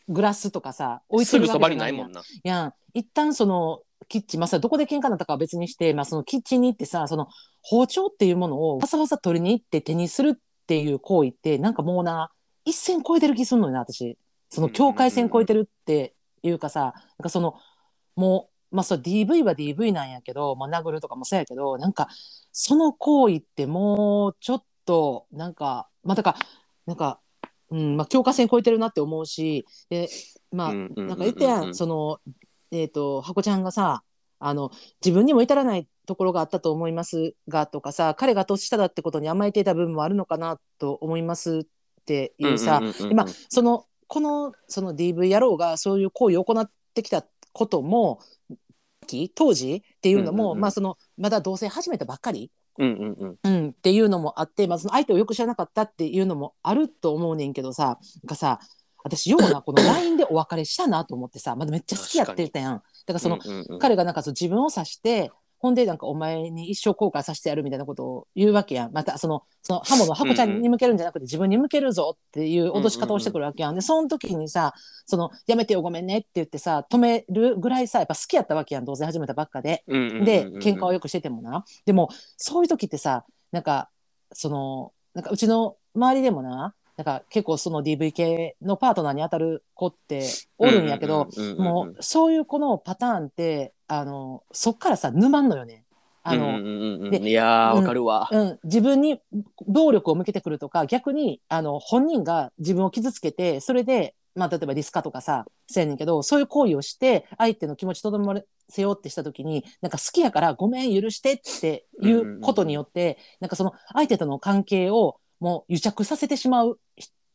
Speaker 2: グラスとかさ置いて
Speaker 1: す
Speaker 2: る
Speaker 1: ぐ
Speaker 2: わ
Speaker 1: そ
Speaker 2: け
Speaker 1: ば
Speaker 2: じ
Speaker 1: に
Speaker 2: ゃ
Speaker 1: な
Speaker 2: ないいや
Speaker 1: も
Speaker 2: ん
Speaker 1: んな
Speaker 2: やん一旦そのキッチンまあさどこで喧嘩になったかは別にして、まあ、そのキッチンに行ってさその包丁っていうものをわざわざ取りに行って手にするっていう行為ってなんかもうな一線超えてる気すんのよな私その境界線超えてるっていうかさ、なんかそのもう、まあ、そう DV は DV なんやけど、まあ、殴るとかもそうやけどなんかその行為ってもうちょっとなんかまあだからなんか、うんまあ、境界線超えてるなって思うしでまあ、
Speaker 1: うんうんうんうん
Speaker 2: なんか言ってやんそのえっ、とハコちゃんがさあの自分にも至らないところがあったと思いますがとかさ彼が年下だってことに甘えていた部分もあるのかなと思いますっていうさ、
Speaker 1: うんうんうんうん
Speaker 2: 今そのこのその DV 野郎がそういう行為を行ってきたこともき当時っていうのも、
Speaker 1: うんうんうん
Speaker 2: まあそのまだ同棲始めたばっかり、
Speaker 1: うんうんうん
Speaker 2: うん、っていうのもあって、まあ、その相手をよく知らなかったっていうのもあると思うねんけどさなんかさ私ようなこの LINE でお別れしたなと思ってさまだめっちゃ好きやってたやん。だからその、
Speaker 1: うんうんうん
Speaker 2: 彼がなんかその自分を指してほんでなんかお前に一生後悔させてやるみたいなことを言うわけやんまたそのその刃物をハコちゃんに向けるんじゃなくて自分に向けるぞっていう脅し方をしてくるわけやん,、でその時にさその「やめてよごめんね」って言ってさ止めるぐらいさやっぱ好きやったわけやんどうせ始めたばっかで
Speaker 1: うんうんうんうん
Speaker 2: で喧嘩をよくしててもなでもそういう時ってさなんかそのなんかうちの周りでもなだから結構その DV 系のパートナーに当たる子っておるんやけど、
Speaker 1: うんうんうんうん、
Speaker 2: もうそういう子のパターンってあのそっからさ沼んのよね。あの、
Speaker 1: うんうんうん
Speaker 2: で
Speaker 1: いやー
Speaker 2: うん
Speaker 1: わかるわ、
Speaker 2: うん、自分に暴力を向けてくるとか逆にあの本人が自分を傷つけてそれで、まあ、例えばリスカとかさせやねんけどそういう行為をして相手の気持ちとどませようってした時になんか好きやからごめん許してっていうことによって、なんかその相手との関係をもう癒着させてしまう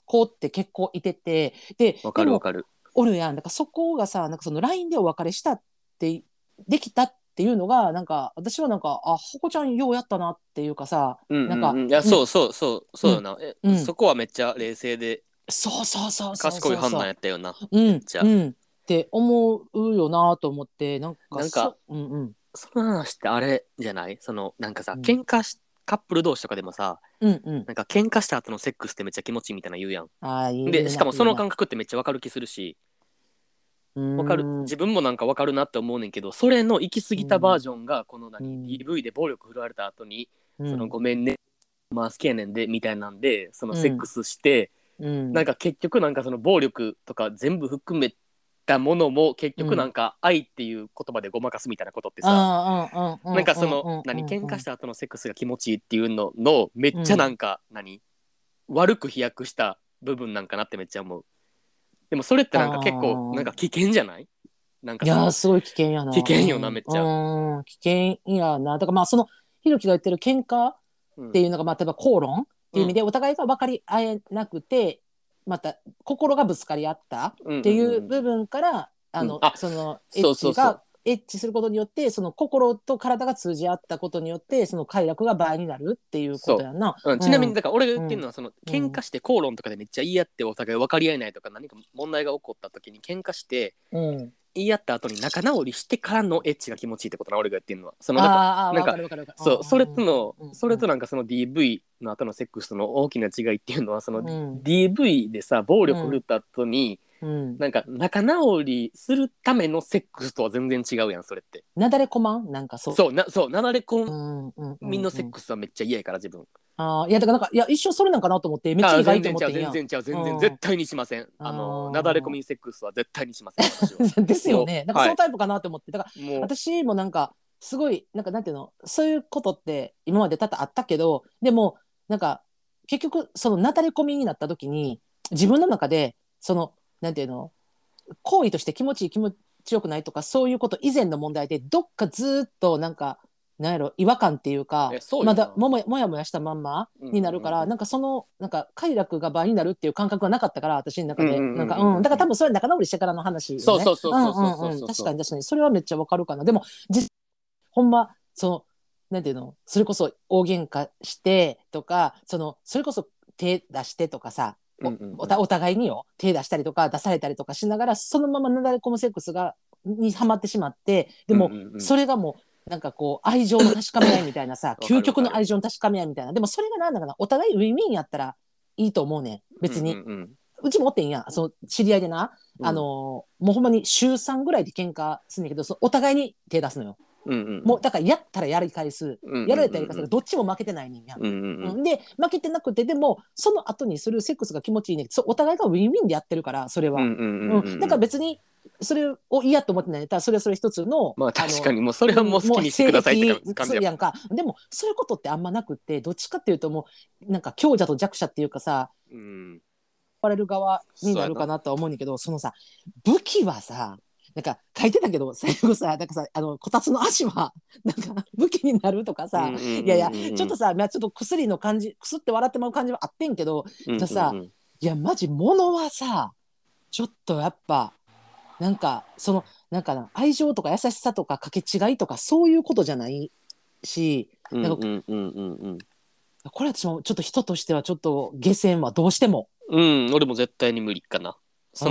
Speaker 2: 子って結構いててで
Speaker 1: わか
Speaker 2: で
Speaker 1: るわ
Speaker 2: も
Speaker 1: かる
Speaker 2: おるやんだからそこがさなんかその LINE でお別れしたってできたっていうのがなんか私はなんかあほこちゃんようやったなっていうかさ
Speaker 1: うん
Speaker 2: なん
Speaker 1: う
Speaker 2: か
Speaker 1: んうんいやそうそうそうそうよな、え
Speaker 2: うん
Speaker 1: そこはめっちゃ冷静で
Speaker 2: そうそうそうそうそう
Speaker 1: 賢い判断やったよな
Speaker 2: うん
Speaker 1: じゃあ
Speaker 2: うんって思うよなと思ってなんか
Speaker 1: なんか
Speaker 2: そうんうん
Speaker 1: その話ってあれじゃないそのなんかさ
Speaker 2: うん
Speaker 1: 喧嘩しカップル同士とかでもさ
Speaker 2: うんうん
Speaker 1: なんか喧嘩した後のセックスってめっちゃ気持ちいいみたいな言うやん
Speaker 2: ああいいな
Speaker 1: でしかもその
Speaker 2: い
Speaker 1: 感覚ってめっちゃわかる気するし
Speaker 2: いな
Speaker 1: わかる
Speaker 2: うん
Speaker 1: 自分もなんかわかるなって思うねんけどそれの行き過ぎたバージョンがこの
Speaker 2: うん
Speaker 1: 何 DV で暴力振られた後に
Speaker 2: うん
Speaker 1: そのごめんねまあ好きやねんでみたいなんでそのセックスして
Speaker 2: うん
Speaker 1: なんか結局なんかその暴力とか全部含めたものも結局なんか愛っていう言葉でごまかすみたいなことってさ
Speaker 2: ああうんうんうう
Speaker 1: なんかその、
Speaker 2: うう
Speaker 1: 何喧嘩したた後のセックスが気持ちいいっていうののめっちゃなんか、何悪く飛躍した部分なんかなってめっちゃ思うでもそれってなんか結
Speaker 2: あ
Speaker 1: 構
Speaker 2: ー
Speaker 1: なんか危険じゃないなんか
Speaker 2: いやー
Speaker 1: そ
Speaker 2: すごい危険やな
Speaker 1: 危険よなめっちゃ
Speaker 2: うん危険やなだからまあそのひろきが言ってる喧嘩
Speaker 1: の
Speaker 2: っていうのが、まあ、例えば口論っていう意味で、お互いが分かり合えなくてまた心がぶつかり合った
Speaker 1: っ
Speaker 2: っていう部分から、あの、
Speaker 1: うんあ
Speaker 2: そのエ
Speaker 1: そ
Speaker 2: ッ
Speaker 1: うそ
Speaker 2: チ
Speaker 1: うそう
Speaker 2: がエッチすることによってその心と体が通じ合ったことによってその快楽が倍になるっていうことやな。
Speaker 1: うん、ちなみに
Speaker 2: うん
Speaker 1: だから俺が言ってるのはその、喧嘩して口論とかでめっちゃ言い合ってお互い分かり合えないとか何か問題が起こった時に喧嘩して
Speaker 2: うん、
Speaker 1: 言い合った後に仲直りしてからのエッチが気持ちいいってことな俺が言ってるのはそのだから
Speaker 2: あーあー
Speaker 1: なんか
Speaker 2: わかるわかるわかる。
Speaker 1: そうそれとの、
Speaker 2: うん
Speaker 1: それとなんかその DV の後のセックスとの大きな違いっていうのはその、
Speaker 2: うん
Speaker 1: DV でさ暴力振るった後に、
Speaker 2: うん、
Speaker 1: なんか仲直りするためのセックスとは全然違うやんそれって
Speaker 2: なだれこまんなんかそう。
Speaker 1: そうなそうなだれ
Speaker 2: う
Speaker 1: 込
Speaker 2: んうんうん、
Speaker 1: みのセックスはめっちゃ嫌やから自分
Speaker 2: あーいやだからなんかいや一生それなんかなと思ってめっちゃ
Speaker 1: あ
Speaker 2: 意外
Speaker 1: 全
Speaker 2: と
Speaker 1: 然
Speaker 2: 思
Speaker 1: 違
Speaker 2: っ
Speaker 1: う
Speaker 2: てん
Speaker 1: 全
Speaker 2: や
Speaker 1: 然違う全
Speaker 2: うん
Speaker 1: 然絶対にしませんあ
Speaker 2: あ
Speaker 1: の
Speaker 2: ー
Speaker 1: なだれ込みセックスは絶対にしません私 は
Speaker 2: ん。ですよね。なんかそのタイプかなと思って、だから
Speaker 1: もう
Speaker 2: 私もなんかすごいなんかなんていうのそういうことって今まで多々あったけどでもなんか結局そのなだれ込みになった時に自分の中でそのなんていうの行為として気持ちいい気持ちよくないとかそういうこと以前の問題でどっかずっとなんかなんやろ違和感っていうか
Speaker 1: えそうよ
Speaker 2: ま
Speaker 1: な
Speaker 2: だもももやもやしたまんまになるから、
Speaker 1: うんうんうん
Speaker 2: なんかそのなんか快楽が倍になるっていう感覚がなかったから私の中で、
Speaker 1: うんうんうんうん
Speaker 2: なんかうんだから多分それは仲直りしてからの話よね
Speaker 1: そうそうそうそうそうそう
Speaker 2: うんうんうん確かに確かにそれはめっちゃわかるかなでも実ほんまそのなんていうのそれこそ大喧嘩してとかそのそれこそ手出してとかさお
Speaker 1: うんうんうん
Speaker 2: おたお互いによ手出したりとか出されたりとかしながらそのままなだれ込むセックスがにはまってしまってでも、
Speaker 1: うんうんうん
Speaker 2: それがもうなんかこう愛情の確かめ合いみたいなさ
Speaker 1: かる
Speaker 2: 究極の愛情の確かめ合いみたいなでもそれがなんだかなお互いウィンウィンやったらいいと思うねん別に、う
Speaker 1: うんうんうん
Speaker 2: ちもおってんやその知り合いでな、
Speaker 1: うん
Speaker 2: あのーもうほんまに週3ぐらいで喧嘩すんねんけどそのお互いに手出すのよ、
Speaker 1: うんうん
Speaker 2: もうだからやったらやり返す
Speaker 1: うんうんうん
Speaker 2: やられたやり返すどっちも負けてないねんや、
Speaker 1: うんうんうん
Speaker 2: うんで負けてなくてでもその後にするセックスが気持ちいいねんそうお互いがウィンウィンでやってるからそれは、
Speaker 1: うんうんうんうん
Speaker 2: うんだから別にそれを嫌と思ってないんやったらそれはそれ一つの
Speaker 1: まあ
Speaker 2: の
Speaker 1: 確かにもうそれはもう好きにしてくださいって感じ
Speaker 2: そう
Speaker 1: や
Speaker 2: やんかでもそういうことってあんまなくってどっちかっていうともうなんか強者と弱者っていうかさ
Speaker 1: うん
Speaker 2: バレる側になるかなとは思うんだけどそのさ武器はさなんか書いてたけど最後さなんかさあのこたつの足はなんか武器になるとかさ、いやいやちょっとさ、まあ、ちょっと薬の感じくすって笑ってまう感じはあってんけどとさいやマジ物はさちょっとやっぱなんかそのなんかな愛情とか優しさとかかけ違いとかそういうことじゃないし
Speaker 1: うん
Speaker 2: なん
Speaker 1: う
Speaker 2: か
Speaker 1: んうんうんうん
Speaker 2: これ私もちょっと人としてはちょっと下船はどうしても。
Speaker 1: うん俺も絶対に無理かなその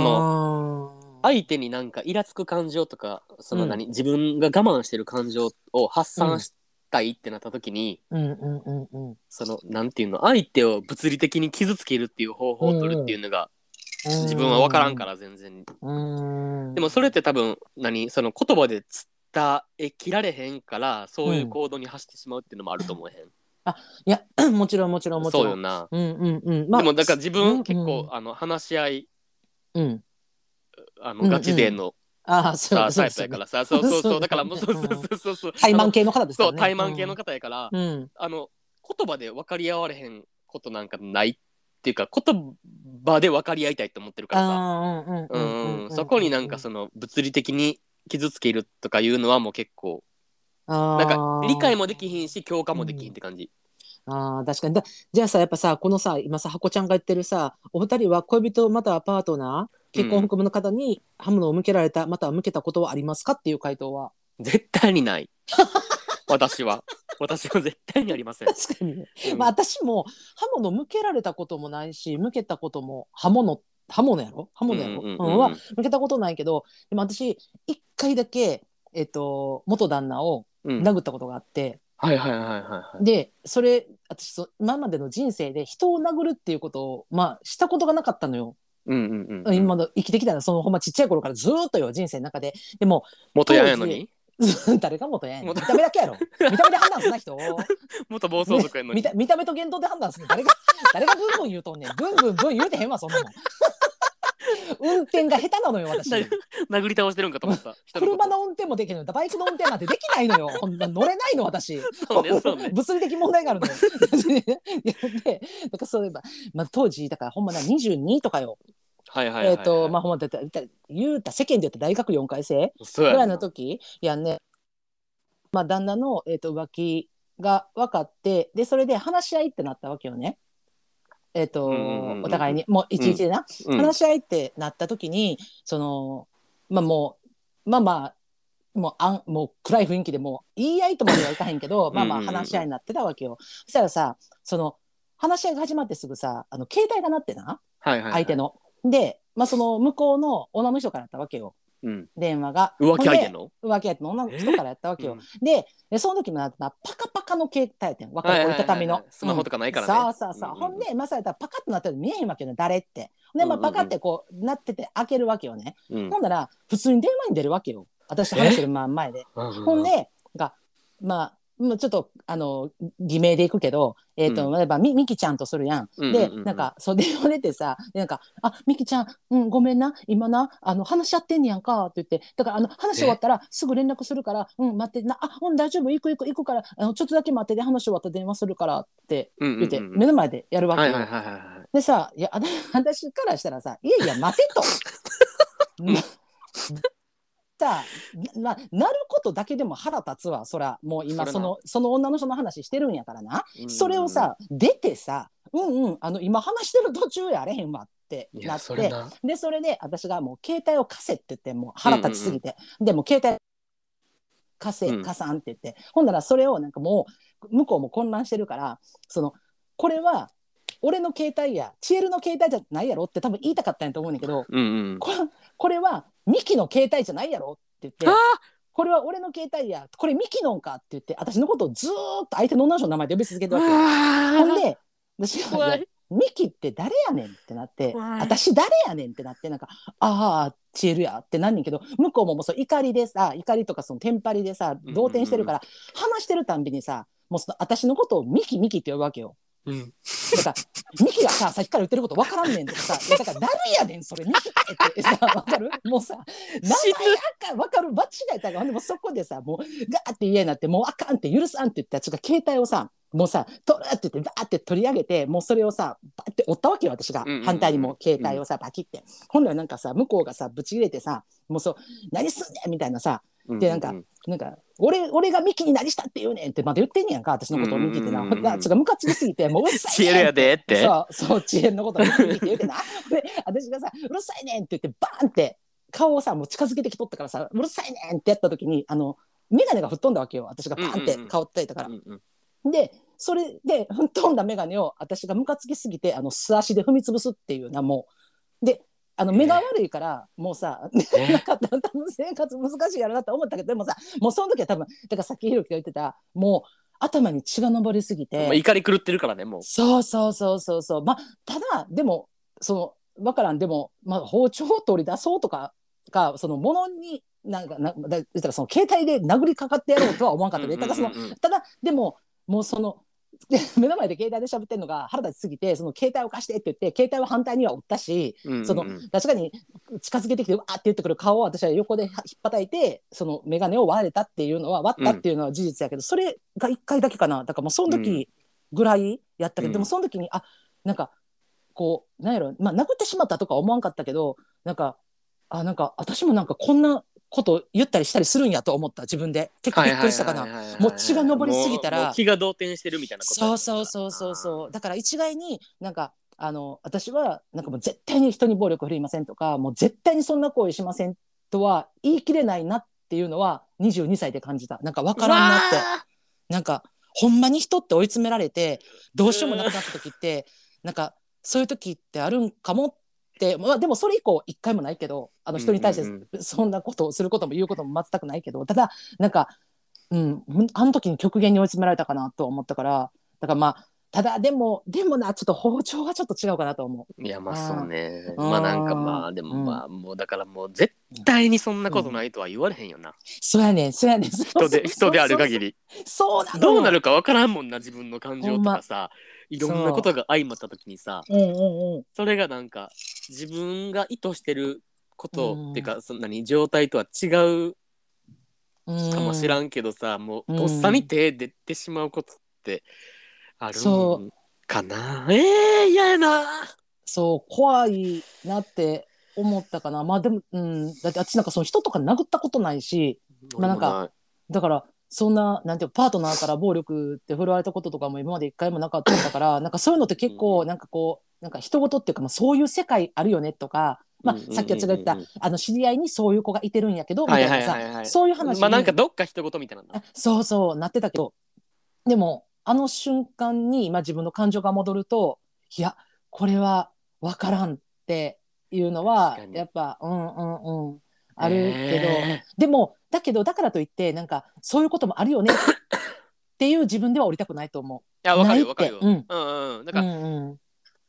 Speaker 2: の
Speaker 1: 相手になんかイラつく感情とかその
Speaker 2: うん
Speaker 1: 何、自分が我慢してる感情を発散したいってなった時に、
Speaker 2: うんうんうんうん。
Speaker 1: そのなんていうの相手を物理的に傷つけるっていう方法を取るっていうのが、自分は分からんからら全然
Speaker 2: うん
Speaker 1: でもそれって多分何その言葉で伝えきられへんからそういう行動に走ってしまうっていうのもあると思えへん、
Speaker 2: いやもちろんもちろんもち
Speaker 1: そう
Speaker 2: ろ
Speaker 1: よ
Speaker 2: ん
Speaker 1: な、
Speaker 2: うんうんうんまあ
Speaker 1: でもだから自
Speaker 2: うんう
Speaker 1: 分
Speaker 2: ん
Speaker 1: 結構、あの話し合い
Speaker 2: うん
Speaker 1: あ
Speaker 2: うんう
Speaker 1: の
Speaker 2: ん
Speaker 1: ガチ勢の
Speaker 2: ああそ
Speaker 1: さ、
Speaker 2: うそう
Speaker 1: タイプや
Speaker 2: ですよ
Speaker 1: か
Speaker 2: ね
Speaker 1: らさそうそうそう
Speaker 2: そうですよね
Speaker 1: だからもうそうそうそうそうそう
Speaker 2: 怠
Speaker 1: あ
Speaker 2: 慢
Speaker 1: の
Speaker 2: 系の方ですか
Speaker 1: そ
Speaker 2: ら
Speaker 1: う
Speaker 2: ね
Speaker 1: 怠慢系の方やから、
Speaker 2: うん
Speaker 1: あの言葉で分かり合われへんことなんかないっていうか言葉で分かり合いたいと思ってるからさ
Speaker 2: あーうん
Speaker 1: うん
Speaker 2: うんうんうんう
Speaker 1: うんんそこになんかその物理的に傷つけるとかいうのはもう結構
Speaker 2: な
Speaker 1: なんか理解もできひんし共感もできひんって感じ。
Speaker 2: あー確かにだじゃあさやっぱさこのさ今さハコちゃんが言ってるさお二人は恋人またはパートナー結婚を含むの方に刃物を向けられた、または向けたことはありますかっていう回答は
Speaker 1: 絶対に ない私は私は絶対にありま せん。
Speaker 2: 確かに、
Speaker 1: うん
Speaker 2: まあ私も刃物向けられたこともないし向けたことも刃物刃物やろ刃
Speaker 1: うん
Speaker 2: 物
Speaker 1: う
Speaker 2: やろ、
Speaker 1: ん
Speaker 2: うんは
Speaker 1: うん
Speaker 2: 向けたことないけどでも私一回だけ、えっと元旦那を
Speaker 1: うん
Speaker 2: 殴ったことがあって、
Speaker 1: はいはいはいはいはい。
Speaker 2: でそれ私そ今までの人生で人を殴るっていうことを、まあ、したことがなかったのよ。
Speaker 1: うんうんうん。
Speaker 2: 今の生きてきたのそのほんまちっちゃい頃からずーっとよ人生の中ででも
Speaker 1: 元やんやのに
Speaker 2: 誰が元やねん見
Speaker 1: 元
Speaker 2: た目だけやろ見た目で判断すな人 を
Speaker 1: 元暴走族やの
Speaker 2: 見
Speaker 1: に。
Speaker 2: た見た目と言動で判断する誰が誰がブンブン言うとんねんブンブンブン言うてへんわそんなもん 運転が下手なのよ私
Speaker 1: な 殴り倒してるんかと思った。人のこと
Speaker 2: 車の運転もできないのバイクの運転なんてできないのよほんま乗れないの私。
Speaker 1: そうねそうね
Speaker 2: 物理的問題があるのよ ででだからそういえば、まあ、当時だからほんまな22とかよ
Speaker 1: はいはいはいはい。
Speaker 2: えっとまあほんまだっただった言うた世間で言ったら大学4回生
Speaker 1: そうや
Speaker 2: ぐ
Speaker 1: な
Speaker 2: らいの時やんね、まあ、旦那の、えー、と浮気が分かってでそれで話し合いってなったわけよね。えっ、と、
Speaker 1: うんうんうん
Speaker 2: お互いにもう一日でな、
Speaker 1: うん
Speaker 2: 話し合いってなった時にそのまあもうまあまあもうあんもう暗い雰囲気でもう言い合いとまではいかへんけどまあま
Speaker 1: う
Speaker 2: あ
Speaker 1: んうんうん
Speaker 2: 話し合いになってたわけよ。そしたらさその話し合いが始まってすぐさあの携帯が鳴ってな
Speaker 1: はいはいはい
Speaker 2: 相手の。で、まあ、その向こうの女の人からやったわけよ
Speaker 1: うん
Speaker 2: 電話が。
Speaker 1: 浮気相手
Speaker 2: の
Speaker 1: の
Speaker 2: 浮気やったの女の人からやったわけよ。
Speaker 1: うん
Speaker 2: ででその時もなんかなパカパカの携帯やってん若い折りたたみの、
Speaker 1: はいはいはいはいスマホとかないからね
Speaker 2: そうそうそう、
Speaker 1: うんうんうん
Speaker 2: ほんでまさやったらパカッとなってるの見えへんわけよね誰ってで、まあ、
Speaker 1: うんうんう
Speaker 2: パ
Speaker 1: ん
Speaker 2: カってこうなってて開けるわけよね、
Speaker 1: うん
Speaker 2: ほんなら普通に電話に出るわけよ私と話してるまん前で、ほんでがまあもうちょっとあの偽名でいくけど、えーと
Speaker 1: う
Speaker 2: 例えばみみきちゃんとするやん、
Speaker 1: うんう
Speaker 2: で、
Speaker 1: んうんうん
Speaker 2: なんか、そう、電話出てさ、でなんか、あ、みきちゃん、うん、ごめんな、今な、あの、話し合ってんねやんか、って言って、だから、あの、話終わったら、すぐ連絡するから、うん、待ってな、あ、うん、大丈夫、行く行く行くから、あの、ちょっとだけ待ってで、話終わったら電話するから、って
Speaker 1: うんうんう
Speaker 2: 言
Speaker 1: ん
Speaker 2: って、目の前でやるわけ
Speaker 1: はい
Speaker 2: よ。
Speaker 1: はいはいはい
Speaker 2: でさ、いや、あた 私からしたらさ、いやいや、待て と。なさあななることだけでも腹立つわそらもう
Speaker 1: そ
Speaker 2: 今
Speaker 1: れな
Speaker 2: そのその女の人の話してるんやからな
Speaker 1: はい
Speaker 2: それをさ、出てさ「うんうんあの今話してる途中やあれへんわ」って
Speaker 1: い
Speaker 2: な
Speaker 1: や
Speaker 2: っ
Speaker 1: そ
Speaker 2: て
Speaker 1: れな
Speaker 2: でそれで私がもう携帯を貸せって言ってもう腹立ちすぎて、でもう携帯貸せ
Speaker 1: うん
Speaker 2: 貸さんって言って、ほんならそれをなんかもう向こうも混乱してるからそのこれは俺の携帯やチエルの携帯じゃないやろって多分言いたかったんやと思うんだけど
Speaker 1: うんうん
Speaker 2: これこれはミキの携帯じゃないやろって言って
Speaker 1: あー。
Speaker 2: これは俺の携帯やこれミキのんかって言って私のことをずーっと相手の女の人の名前で呼び続けてるわけよほんで、私が
Speaker 1: 怖
Speaker 2: い
Speaker 1: い
Speaker 2: やミキって誰やねんってなって、
Speaker 1: 怖い
Speaker 2: 私誰やねんってなって、なんか、ああ、チエルやってなんねんけど、向こうももうそう怒りでさ、怒りとかそのテンパりでさ、
Speaker 1: うん
Speaker 2: 動転してるから、話してるたんびにさ、もうその私のことをミキミキって呼ぶわけよ。
Speaker 1: うん
Speaker 2: だから、ミキがさ、さっきから言ってることわからんねんとかさ、いやだから誰やねん、それミキってってさ、わかるもうさ、名前あかん、わかる、間違えたが、ほんでもうそこでさ、もう、ガーって嫌になって、もうあかんって許さんって言ったちが携帯をさ、もうさ、取るって言って、バーって取り上げて、もうそれをさ、バーって折ったわけよ、私が
Speaker 1: うんうんうん。
Speaker 2: 反対にも携帯をさ、バキって。ほんならなんかさ、向こうがさ、ぶち切れてさ、もうそう、何すんねんみたいなさ、でなんか
Speaker 1: う
Speaker 2: なんか、俺、俺がミキになりしたって言うねんってまだ言ってんねやんか、私のことをミキってな。
Speaker 1: うんうんう
Speaker 2: ほ
Speaker 1: んうん
Speaker 2: んならちょっとムカつきすぎて、もううるさい
Speaker 1: チ
Speaker 2: ねん
Speaker 1: エルやでって
Speaker 2: そう、そう、遅延のことをミキミキって言うてな。 で、私がさ、うるさいねんって言って、バーンって顔をさ、もう近づけてきとったからさ、うるさいねんってやった時に、あの、眼鏡が吹っ飛んだわけよ。私がバーンって顔叩いたから
Speaker 1: う。んうん
Speaker 2: で、それで、吹っ飛んだ眼鏡を私がムカつきすぎて、あの、素足で踏み潰すっていうな、もう。で、あの、目が悪いから、もうさ、 な
Speaker 1: ね
Speaker 2: んか多分生活難しいやろなと思ったけど、でもさ、もうその時は多分、だからさっきひろきが言ってた、もう頭に血が上りすぎて。
Speaker 1: もう怒り狂ってるからねもう
Speaker 2: そうそうそうそうそうまあただでもそのわからんでも、まあ、包丁を取り出そうとかかその物になんかなだ言ったらその携帯で殴りかかってやろうとは思わんかったで、
Speaker 1: うんうんうん
Speaker 2: ただそのただでももうその で目の前で携帯で喋ってるのが腹立ちすぎてその携帯を貸してって言って携帯は反対には追ったし
Speaker 1: うん
Speaker 2: その
Speaker 1: うんうん
Speaker 2: 確かに近づけてきてうわーって言ってくる顔を私は横ではひっぱたいてその眼鏡を割れたっていうのは割ったっていうのは事実やけど、それが1回だけかなだからもうその時ぐらいやったけど、
Speaker 1: うん
Speaker 2: でもその時にあなんかこうなんやろ、まあ、殴ってしまったとかは思わんかったけどなんかあなんか私もなんかこんなこと言ったりしたりするんやと思った自分で結構びっくりしたかな。
Speaker 1: はいはいはいはい
Speaker 2: もう血が上りすぎたら
Speaker 1: もうもう気が動転してるみたいなこと
Speaker 2: そうそうそうそうそうだから一概になんかあの私はなんかもう絶対に人に暴力振るいませんとかもう絶対にそんな行為しませんとは言い切れないなっていうのは22歳で感じたなんか分
Speaker 1: う
Speaker 2: からんなって
Speaker 1: わ
Speaker 2: なんかほんまに人って追い詰められてどうしようもなくなった時ってなんかそういう時ってあるんかもって、まあ、でもそれ以降一回もないけどあの人に対して
Speaker 1: うんうん
Speaker 2: そんなことをすることも言うことも全くないけどただなんか、うん、あの時に極限に追い詰められたかなと思ったからだからまあただでもでもなちょっと包丁がちょっと違うかなと思う。
Speaker 1: ーいやまあそうね
Speaker 2: うん
Speaker 1: まあなんかまあでもまあもうだからもう絶対にそんなことないとは言われへんよな
Speaker 2: そうやねんそうやねん人
Speaker 1: 人で人である限
Speaker 2: り
Speaker 1: り
Speaker 2: そうなのよ
Speaker 1: どうなるかわからんもんな自分の感情とかさいろんなことが相まった時にさ
Speaker 2: うんうんうん
Speaker 1: それがなんか自分が意図してること、
Speaker 2: うん
Speaker 1: っていうかそんなに状態とは違う
Speaker 2: うん
Speaker 1: かもしらんけどさ、も
Speaker 2: う
Speaker 1: うんとっさに手出てしまうことってある
Speaker 2: そ
Speaker 1: んかなえー、嫌やな
Speaker 2: そう怖いなって思ったかなまあでも、うん、だって私なんかその人とか殴ったことないしまあなんかだからそんななんていうのパートナーから暴力って振られたこととかも今まで一回もなかったからなんかそういうのって結構なんかこうなんか人事っていうか、まあ、そういう世界あるよねとか、ま
Speaker 1: うんうんうんう
Speaker 2: あ、
Speaker 1: ん
Speaker 2: さっき私が言ったあの知り合いにそういう子がいてるんやけどみ
Speaker 1: は
Speaker 2: た
Speaker 1: い
Speaker 2: い
Speaker 1: は
Speaker 2: な
Speaker 1: は
Speaker 2: い
Speaker 1: いは
Speaker 2: さ
Speaker 1: い
Speaker 2: そういう話に
Speaker 1: まあなんかどっか一言みたいなんだ
Speaker 2: あそうそうなってたけどでもあの瞬間に今自分の感情が戻るといやこれは分からんっていうのは
Speaker 1: 確かに
Speaker 2: やっぱうんうんうんあるけど、
Speaker 1: え
Speaker 2: でもだけどだからといってなんかそういうこともあるよ ねっていう自分では降りたくないと思
Speaker 1: ーいやわかるよ
Speaker 2: な
Speaker 1: わか
Speaker 2: いって
Speaker 1: るよ、
Speaker 2: う
Speaker 1: うんん、うんうんだ
Speaker 2: う。う
Speaker 1: から、い
Speaker 2: んうん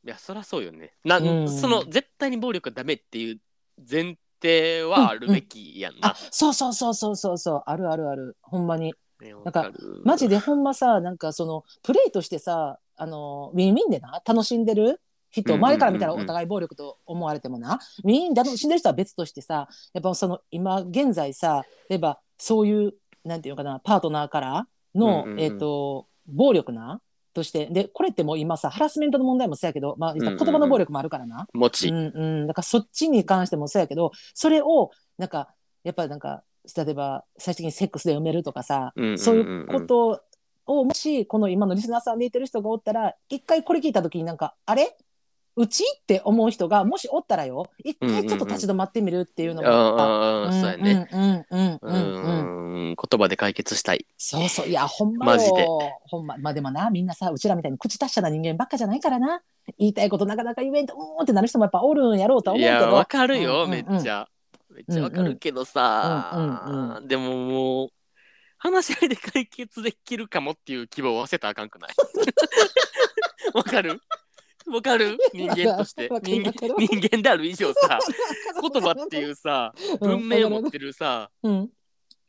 Speaker 1: やそりゃそうよねな、
Speaker 2: うん
Speaker 1: その絶対に暴力はダメっていう前提はあるべきやん
Speaker 2: あ
Speaker 1: な、
Speaker 2: そうそうそうそうそうそうあるあるあるほんまに
Speaker 1: ねわ
Speaker 2: なんか
Speaker 1: る
Speaker 2: マジでほんまさなんかそのプレイとしてさあのウィンウィンでな楽しんでる人
Speaker 1: うんうんうんうん
Speaker 2: 前から見たらお互い暴力と思われてもな、ウィーンで楽しんでる人は別としてさやっぱその今現在さ例えばそういうなんていうのかなパートナーからの、
Speaker 1: うんうんうん
Speaker 2: えっ、と暴力なとしてでこれってもう今さハラスメントの問題もそうやけど、まあ、言ったら言葉の暴力もあるからな、
Speaker 1: もち、
Speaker 2: うんうん、だからそっちに関してもそうやけどそれをなんかやっぱなんか例えば最終的にセックスで埋めるとかさ、
Speaker 1: うんうんうんうん
Speaker 2: そういうことをもしこの今のリスナーさんでいてる人がおったら一回これ聞いた時になんかあれうちって思う人がもしおったらよ一回ちょっと立ち止まってみるっていうのもやっぱ
Speaker 1: ああ、そうやね。
Speaker 2: うんうん
Speaker 1: う
Speaker 2: うんうんうんうん
Speaker 1: ん、言葉で解決したい。
Speaker 2: そうそういやほんま
Speaker 1: マジで
Speaker 2: よほんままあでもなみんなさうちらみたいに口達者な人間ばっかじゃないからな言いたいことなかなか言えんとうーんってなる人もやっぱおるんやろうとはい思うけ
Speaker 1: や、
Speaker 2: ど
Speaker 1: わかるよ、
Speaker 2: うんうん
Speaker 1: め
Speaker 2: う
Speaker 1: っ
Speaker 2: ん
Speaker 1: ちゃ。めっちゃわかるけどさ、
Speaker 2: うんうん
Speaker 1: でももう、話し合いで解決できるかもっていう希望を合わせたらあかんくない わかるわかる人間として
Speaker 2: わか
Speaker 1: 人
Speaker 2: るわ
Speaker 1: 間
Speaker 2: かる
Speaker 1: 人間である以上 さ言葉っていうさ文明を持ってるさ
Speaker 2: うん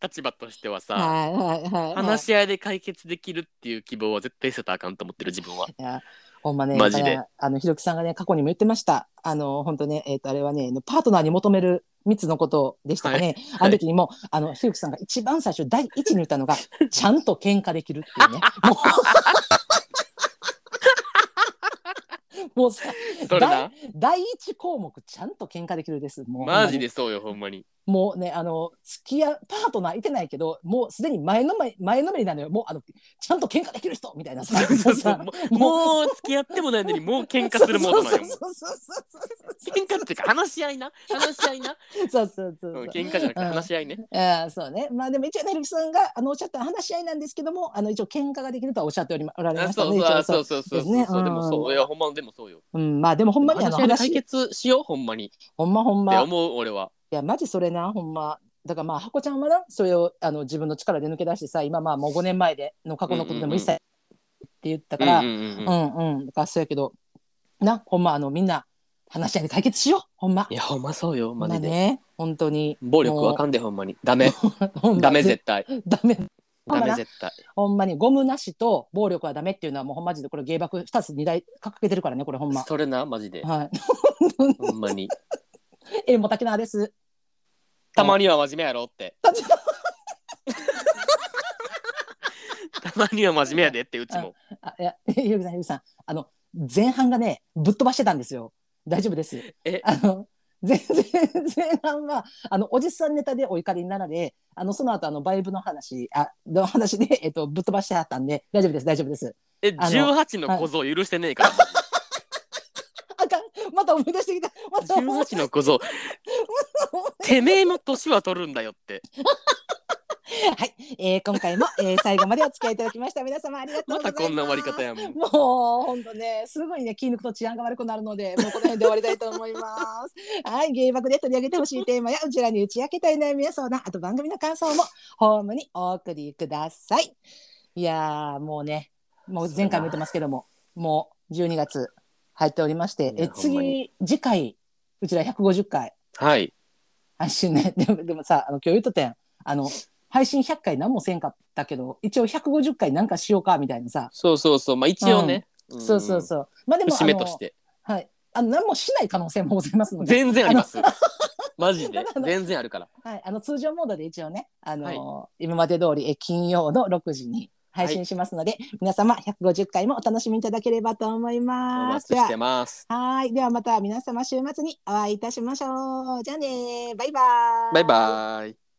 Speaker 1: 立場としてはさ
Speaker 2: はいはいはい
Speaker 1: 話し合いで解決できるっていう希望は絶対捨てたらあかんと思ってる自分は。
Speaker 2: いやほんまね、
Speaker 1: マジで
Speaker 2: だからあのひろきさんがね過去にも言ってましたあの本当ねえっ、とあれはねあのパートナーに求める3つのことでしたかね、あの時にも、あのひろきさんが一番最初第一に言ったのがちゃんと喧嘩できるっていうねも うもうさ
Speaker 1: それな
Speaker 2: 第第一項目ちゃんと喧嘩できるですもう
Speaker 1: マジでそうよほんまに。
Speaker 2: もうね、あの、付き合う、パートナーいてないけど、もうすでに前のめり、前のめりなのよ。もう、あの、ちゃんと喧嘩できる人みたいなさ。
Speaker 1: そうそうそう
Speaker 2: も
Speaker 1: も
Speaker 2: う
Speaker 1: もう付き合ってもないのにもう喧嘩するものなんよ。も
Speaker 2: そううそうそうそうそう
Speaker 1: 喧嘩っていうか話し合いな話し合いな、
Speaker 2: そうそうそううんそう。
Speaker 1: 喧嘩じゃなくて話し合いね。
Speaker 2: あーそうね。まあでも一応ね、ひろきさんがあのおっしゃった話し合いなんですけども、あの一応喧嘩ができるとはおっしゃっておりまおられ
Speaker 1: あ
Speaker 2: まし
Speaker 1: そ
Speaker 2: た
Speaker 1: う
Speaker 2: ね。
Speaker 1: そうあ
Speaker 2: 一応
Speaker 1: そうそうそう
Speaker 2: です
Speaker 1: そう、
Speaker 2: ね
Speaker 1: そうでもそうういやほんまでもそうよ。
Speaker 2: んうん、まあでもほんまにあの
Speaker 1: 話し合いで解
Speaker 2: 話、
Speaker 1: 決しようほんまに、
Speaker 2: ほんまほんま。
Speaker 1: って思う俺は。
Speaker 2: いやマジそれなほんまだからまあハコちゃんはなそれをあの自分の力で抜け出してさ今まあもう5年前での過去のことでも一切って言った
Speaker 1: う
Speaker 2: か
Speaker 1: んうん
Speaker 2: ら
Speaker 1: う
Speaker 2: うん
Speaker 1: んうん。
Speaker 2: うんだからそうやけどなほんまあのみんな話し合いで解決しようほんま
Speaker 1: いやほんまそうよ
Speaker 2: ほん
Speaker 1: マ
Speaker 2: ま
Speaker 1: ジで。
Speaker 2: ね本当に
Speaker 1: 暴力わかんでほんまにダメ
Speaker 2: ほんま
Speaker 1: ダメ絶対。
Speaker 2: ダメほん
Speaker 1: ダ
Speaker 2: ま
Speaker 1: メ
Speaker 2: な
Speaker 1: 絶対
Speaker 2: ほんまにゴムなしと暴力はダメっていうのはもうほんまじでこれ芸爆2つ2台掲げてるからねこれほんま。
Speaker 1: それなマジで
Speaker 2: はい、
Speaker 1: ほんまに
Speaker 2: えもたけなです。
Speaker 1: たまには真面目やろって たまには真面目やでってうちも
Speaker 2: あいや ゆうきさんゆうきさんあの前半がねぶっ飛ばしてたんですよ。大丈夫です。
Speaker 1: え
Speaker 2: あの全然前半はあのおじさんネタでお怒りになられあのその後あのバイブの話あの話で、 えっと、ぶっ飛ばしてはったんで大丈夫です大丈夫です。
Speaker 1: え
Speaker 2: あの
Speaker 1: 18の小僧許してねえから
Speaker 2: あかんまた思い出してきたまた思い出して
Speaker 1: 18の小 僧てめえの年は取るんだよって
Speaker 2: はい、えー、今回も、えー、最後までお付き合いいただきました皆様ありがとう
Speaker 1: ま
Speaker 2: ございま
Speaker 1: た
Speaker 2: す。
Speaker 1: こんな終わり方やもん
Speaker 2: もう本当ねすごいね気抜くと治安が悪くなるのでもうこの辺で終わりたいと思います。 はい芸爆で取り上げてほしいテーマやうちらに打ち明けたい悩みや相談あと番組の感想もホームにお送りください。いやーもうねもう前回も言ってますけどももう12月入っておりまし
Speaker 1: い
Speaker 2: てえ
Speaker 1: やほんま
Speaker 2: 次次回うちら150回
Speaker 1: はい
Speaker 2: 配信ね でもでもさあの今日言うとてんあの配信100回何もせんかったけど一応150回なんかしようかみたいなさ、
Speaker 1: そうそうそうまあ一応ね
Speaker 2: そうそうそうまあで
Speaker 1: うん
Speaker 2: も
Speaker 1: 節目として
Speaker 2: あの、はい、あの何もしない可能性もございますので、
Speaker 1: 全然あり ますマジ
Speaker 2: だ
Speaker 1: で
Speaker 2: から
Speaker 1: 全然あるから
Speaker 2: はい、あの通常モードで一応ね、あの今まで通りえ金曜の6時に配信しますので、皆様150回もお楽しみいただければと思い
Speaker 1: お
Speaker 2: ま
Speaker 1: 待
Speaker 2: す。
Speaker 1: ち
Speaker 2: で
Speaker 1: し
Speaker 2: は
Speaker 1: てます
Speaker 2: はいではまた皆様週末にお会いいたしましょう。じゃあねバイバイ。
Speaker 1: バイバイ